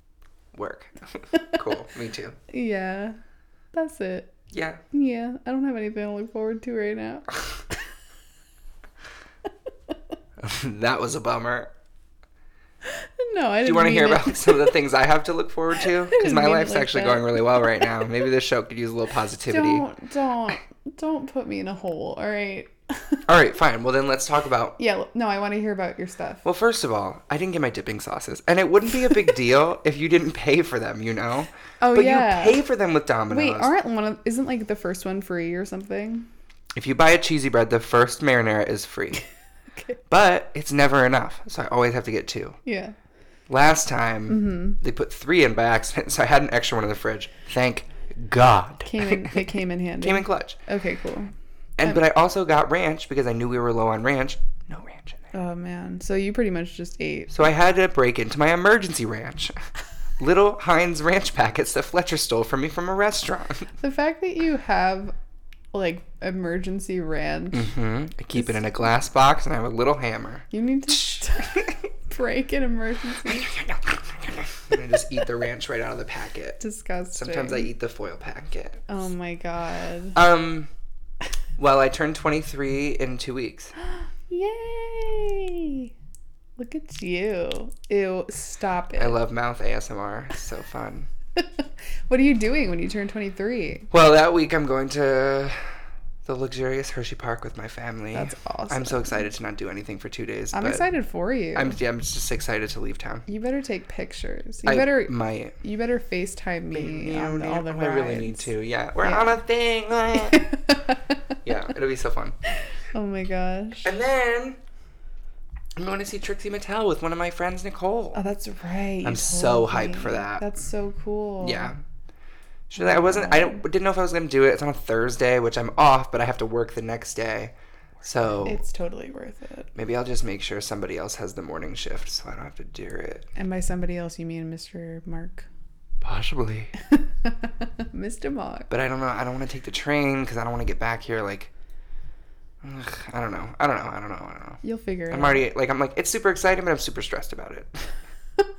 Work. cool. Me too.
Yeah. That's it.
Yeah.
Yeah. I don't have anything to look forward to right now.
that was a bummer.
No, I didn't
Do you want to
mean
hear
it.
about some of the things I have to look forward to? Because
didn't
my
mean it
life's
like
actually
that.
going really well right now. Maybe this show could use a little positivity.
Don't, don't, don't put me in a hole, all right?
All right, fine. Well, then let's talk about.
yeah, no, I want to hear about your stuff.
Well, first of all, I didn't get my dipping sauces, and it wouldn't be a big deal if you didn't pay for them. You know.
Oh,
but
yeah.
you pay for them with Domino's.
Wait, aren't one of, isn't like the first one free or something?
If you buy a cheesy bread, the first marinara is free.
Okay.
But it's never enough, so I always have to get two.
Yeah.
Last time
Mm-hmm.
they put three in by accident, so I had an extra one in the fridge. Thank God.
Came in, it came in handy.
Came in clutch.
okay, cool.
And but I also got ranch because I knew we were low on ranch. No ranch in there.
Oh, man. So you pretty much just ate.
So I had to break into my emergency ranch. Little Heinz ranch packets that Fletcher stole from me from a restaurant.
The fact that you have like emergency ranch,
hmm I keep it in a glass box and I have a little hammer.
you need to break an emergency.
and I just eat the ranch right out of the packet.
Disgusting.
Sometimes I eat the foil packet.
Oh my god.
Um, well, I turned 23 in two weeks.
Yay! Look at you. Ew, stop
I
it.
love mouth ASMR. It's so fun.
what are you doing when you turn 23?
Well, that week I'm going to the luxurious Hershey Park with my family.
That's awesome.
I'm so excited to not do anything for two days.
I'm
but
excited for you.
I'm, yeah, I'm just excited to leave town.
you better take pictures. You
I
better
might.
you better FaceTime me
Yeah,
on the- all the
I really need
rides.
to. Yeah, we're
Yeah.
on a thing. yeah, it'll be so fun.
oh my gosh.
And then I'm going to see Trixie Mattel with one of my friends, Nicole.
Oh, that's right. you
I'm so
told
hyped
me.
for that.
That's so cool.
Yeah. She's like, I wasn't. I don't, didn't know if I was gonna do it. It's on a Thursday, which I'm off, but I have to work the next day. So
It's totally worth it.
maybe I'll just make sure somebody else has the morning shift, so I don't have to do it.
And by somebody else, you mean Mr. Mark.
Possibly.
Mr. Mark.
But I don't know. I don't want to take the train because I don't want to get back here. Like, ugh, I don't know. I don't know. I don't know. I don't know.
You'll figure it
I'm already like I'm like it's super exciting, but I'm super stressed about it.
out.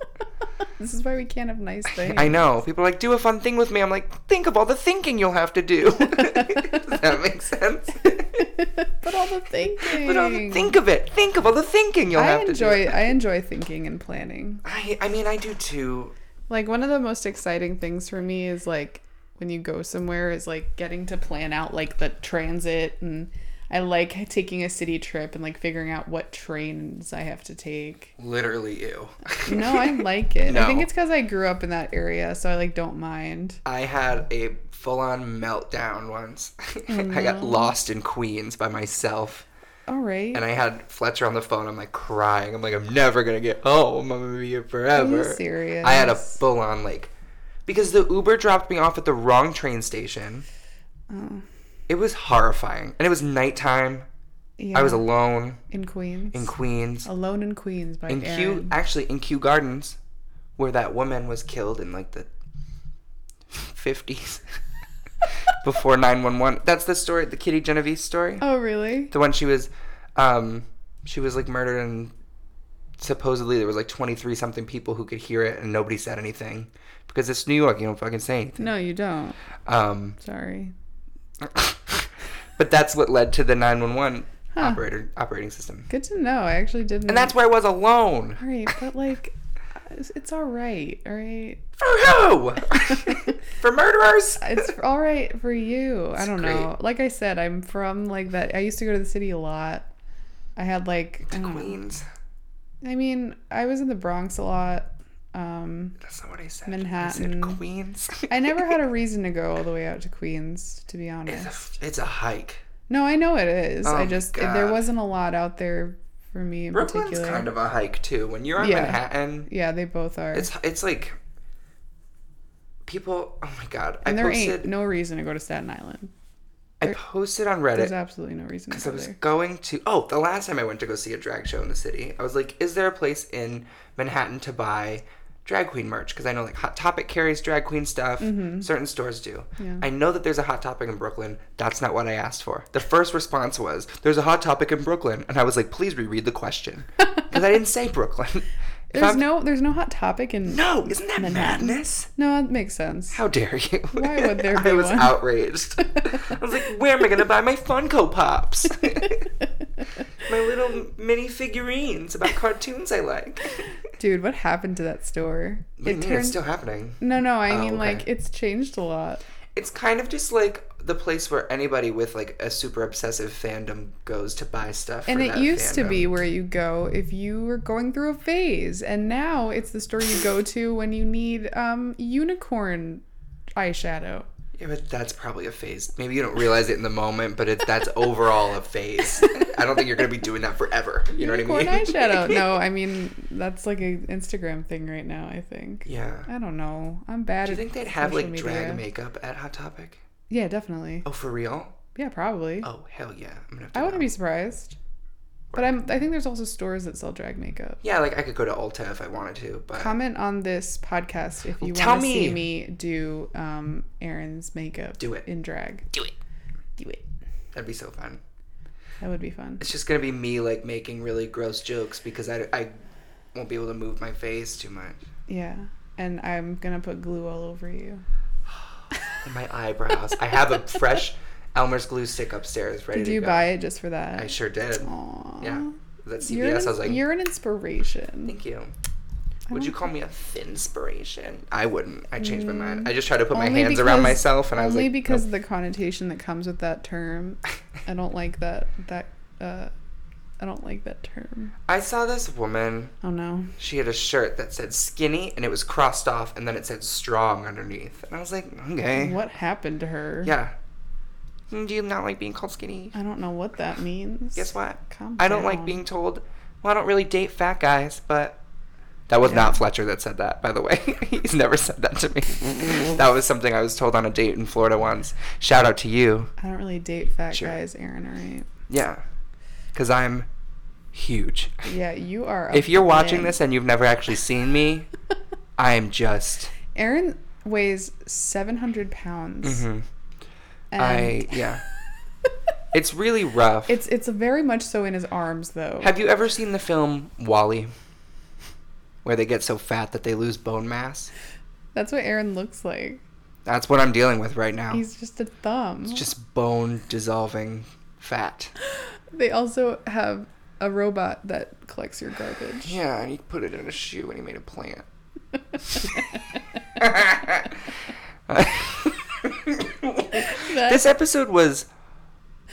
This is why we can't have nice things.
I know people are like do a fun thing with me. I'm like think of all the thinking you'll have to do. Does that make sense?
but all the thinking.
But all the- think of it. Think of all the thinking you'll
I
have to do.
enjoy I enjoy thinking and planning.
I I mean I do too.
Like one of the most exciting things for me is like when you go somewhere is like getting to plan out like the transit and I like taking a city trip and like figuring out what trains I have to take.
Literally you.
No, I like it. I think
No.
it's cuz I grew up in that area, so I like don't mind.
I had a full on meltdown once. I
Mm-hmm.
got lost in Queens by myself.
All right.
And I had Fletcher on the phone. I'm like crying. I'm like, I'm never gonna get home. I'm gonna be here forever.
serious?
I had a full on like, because the Uber dropped me off at the wrong train station.
Oh,
It was horrifying, and it was nighttime.
yeah.
I was alone
in Queens.
in Queens.
Alone in Queens by
in Kew,
Aaron.
actually in Kew Gardens, where that woman was killed in like the fifties before nine one one. That's the story, the Kitty Genovese story.
Oh, really?
The one she was Um, she was like murdered, and supposedly there was like 23 something people who could hear it, and nobody said anything because it's New York. You don't fucking say anything.
No, you don't.
Um,
Sorry.
but that's what led to the 911
Huh.
operator operating system.
Good to know. I actually didn't.
And that's where I was alone.
all right, but like, it's- it's all right. All right.
For who? For murderers?
It's all right for you. I don't know.
great.
Like I said, I'm from like that. I used to go to the city a lot. I had like. I don't know.
Queens.
I mean, I was in the Bronx a lot. Um,
That's not what I said.
Manhattan.
I said Queens.
I never had a reason to go all the way out to Queens, to be
It's
honest.
a- it's a hike.
No, I know it is. I
Oh,
just
God.
there wasn't a lot out there for me in
Brooklyn's
particular.
kind of a hike too. When you're on
Yeah.
Manhattan,
yeah, they both are.
it's it's like people. Oh my god!
and
I
there ain't
posted
no reason to go to Staten Island.
I posted on
There's
Reddit
absolutely no reason to
because I
go
was
there.
going to. Oh, the last time I went to go see a drag show in the city, I was like, is there a place in Manhattan to buy drag queen merch? Because I know like Hot Topic carries drag queen stuff. Certain stores do.
Mm-hmm. Yeah.
I know that there's a Hot Topic in Brooklyn. That's not what I asked for. The first response was, "There's a Hot Topic in Brooklyn," and I was like, "Please reread the question," because I didn't say Brooklyn. If
There's
I'm-
no there's no hot topic in
No, isn't that
Manhattan.
madness?
No, that makes sense.
How dare you?
Why would there
I
be
was
one?
outraged. I was like, where am I going to buy my Funko Pops? my little mini figurines about cartoons I like.
Dude, what happened to that store?
What do you mean?
turned
It's still happening.
No, no, I
Oh,
mean
okay.
like it's changed a lot.
It's kind of just like the place where anybody with like a super obsessive fandom goes to buy stuff.
And
for
it
that
used to
fandom.
be where you go if you were going through a phase, and now it's the store you go to when you need um, unicorn eyeshadow.
Yeah, but that's probably a phase. Maybe you don't realize it in the moment, but it, that's overall a phase. I don't think you're going to be doing that forever. You know
unicorn
what I mean?
eyeshadow. No, I mean that's like an Instagram thing right now. I think.
Yeah.
I don't know. I'm bad.
Do you
at
think they'd have
social
like
media.
drag makeup at Hot Topic?
Yeah, definitely.
Oh, for real?
Yeah, probably.
Oh, hell yeah! I'm gonna have to.
I
go.
wouldn't be surprised. But I'm. I think there's also stores that sell drag makeup.
Yeah, like I could go to Ulta if I wanted to, but
Comment on this podcast if you
Tell
want to see
me.
me do um Aaron's makeup.
Do it.
in drag.
do it.
Do it.
That'd be so fun.
That would be fun.
It's just gonna be me like making really gross jokes because I, I won't be able to move my face too much
Yeah. And I'm gonna put glue all over you.
and my eyebrows. I have a fresh Elmer's glue stick upstairs ready
Did
to
you
go.
buy it just for
I
that?
sure did.
Aw.
Yeah, was at CVS.
You're an,
I was like,
you're an inspiration.
thank you. Would you call me a finspiration? I wouldn't. I changed my mind. I just tried to put my
Only
hands around
because-
myself, and I was
Only
like,
because of the connotation that comes with that term. I don't like that that uh I don't like that term.
I saw this woman.
Oh no.
she had a shirt that said skinny and it was crossed off and then it said strong underneath. And I was like, okay.
What happened to her?
Eh. Yeah. Mm, Do you not like being called skinny?
I don't know what that means.
Guess what?
Calm
I don't like
down.
being told, well, I don't really date fat guys, but. That was not Fletcher that said that, by the way. He's never said that to me. that was something I was told on a date in Florida once. Shout out to you.
I don't really date fat
Sure.
guys, Aaron, alright?
Yeah. Because I'm huge.
Yeah, you are a
If you're watching
man.
this and you've never actually seen me, I'm just.
Aaron weighs seven hundred pounds.
Mhm.
And
I yeah. It's really rough.
It's it's very much so in his arms though.
Have you ever seen the film Wally? Where they get so fat that they lose bone mass?
That's what Aaron looks like.
That's what I'm dealing with right now.
He's just a thumb.
Oh. It's just bone dissolving fat.
They also have a robot that collects your garbage.
Yeah, and he put it in a shoe and he made a plant. this episode was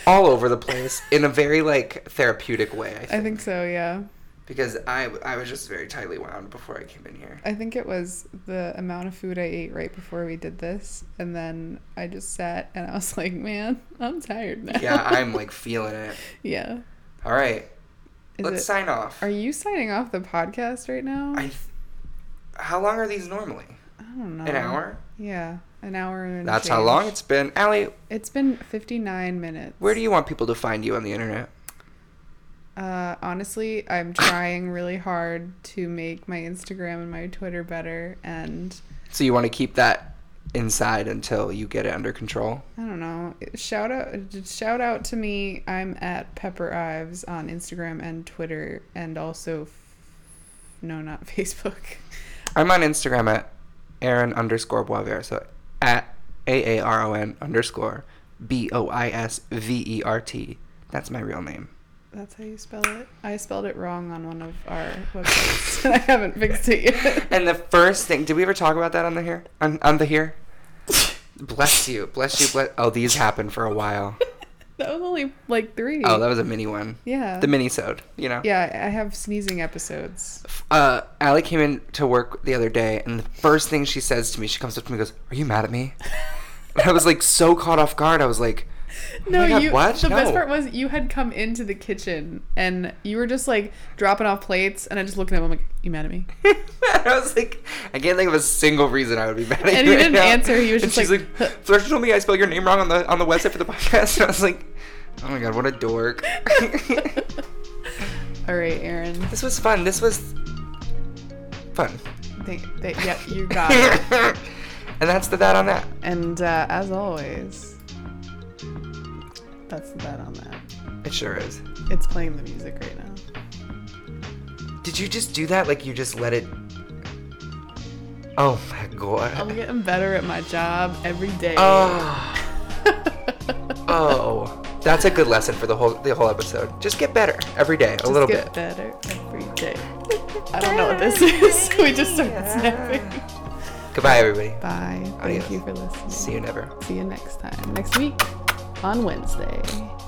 all over the place in a very like therapeutic way, I
I
think.
think so, yeah.
Because I I was just very tightly wound before I came in here.
I think it was the amount of food I ate right before we did this and then I just sat and I was like, "Man, I'm tired now."
yeah, I'm like feeling it.
yeah.
All right,
Is
let's
it-
sign off.
Are you signing off the podcast right now?
I, th- how long are these normally?
I don't know.
An hour?
Yeah, an hour and
That's how long
change.
it's been. Allie,
It's been 59 minutes.
where do you want people to find you on the internet?
Uh, honestly, I'm trying really hard to make my Instagram and my Twitter better, and
So you want to keep that inside until you get it under control?
I don't know. Shout out just shout out to me. I'm at Pepper Ives on Instagram and Twitter and also f- no, not Facebook.
I'm on Instagram at Aaron underscore Boisvert. So at A A R O N underscore B O I S V E R T. That's my real name.
That's how you spell it. I spelled it wrong on one of our websites and I haven't fixed it yet.
And the first thing, did we ever talk about that on the here? On, on the here? bless you, bless you, bless. Oh, these happened for a while.
That was only like 3.
Oh, that was a mini one.
yeah.
The mini sode, you know.
yeah, I have sneezing episodes.
Uh, Allie came in to work the other day, and the first thing she says to me, she comes up to me and goes, "Are you mad at me?" And I was like so caught off guard. I was like, oh
No,
my God,
you.
what?
The
no.
best part was you had come into the kitchen and you were just like dropping off plates, and I just looked at him. I'm like, "You mad at me?"
I was like, I can't think of a single reason I would be mad at
And
you
he
right
didn't
now.
answer. He was
And she's
just like,
like Fletcher told me I spelled your name wrong on the on the website for the podcast. And I was like, oh my god, what a dork.
All right, Aaron.
this was fun. This was fun.
Think that, yeah, you got it.
and that's the that on that.
And uh, as always, that's the bet on that.
It sure is.
It's playing the music right now.
Did you just do that? Like you just let it? Oh my
I'm
god.
getting better at my job every day.
Oh. oh. That's a good lesson for the whole the whole episode. Just get better every day, a
Just
little
get
bit.
better every day. I don't know what this is. we just started snapping.
Goodbye, everybody.
Bye. Thank
Adios.
you for listening.
See you never.
See you next time. Next week on Wednesday.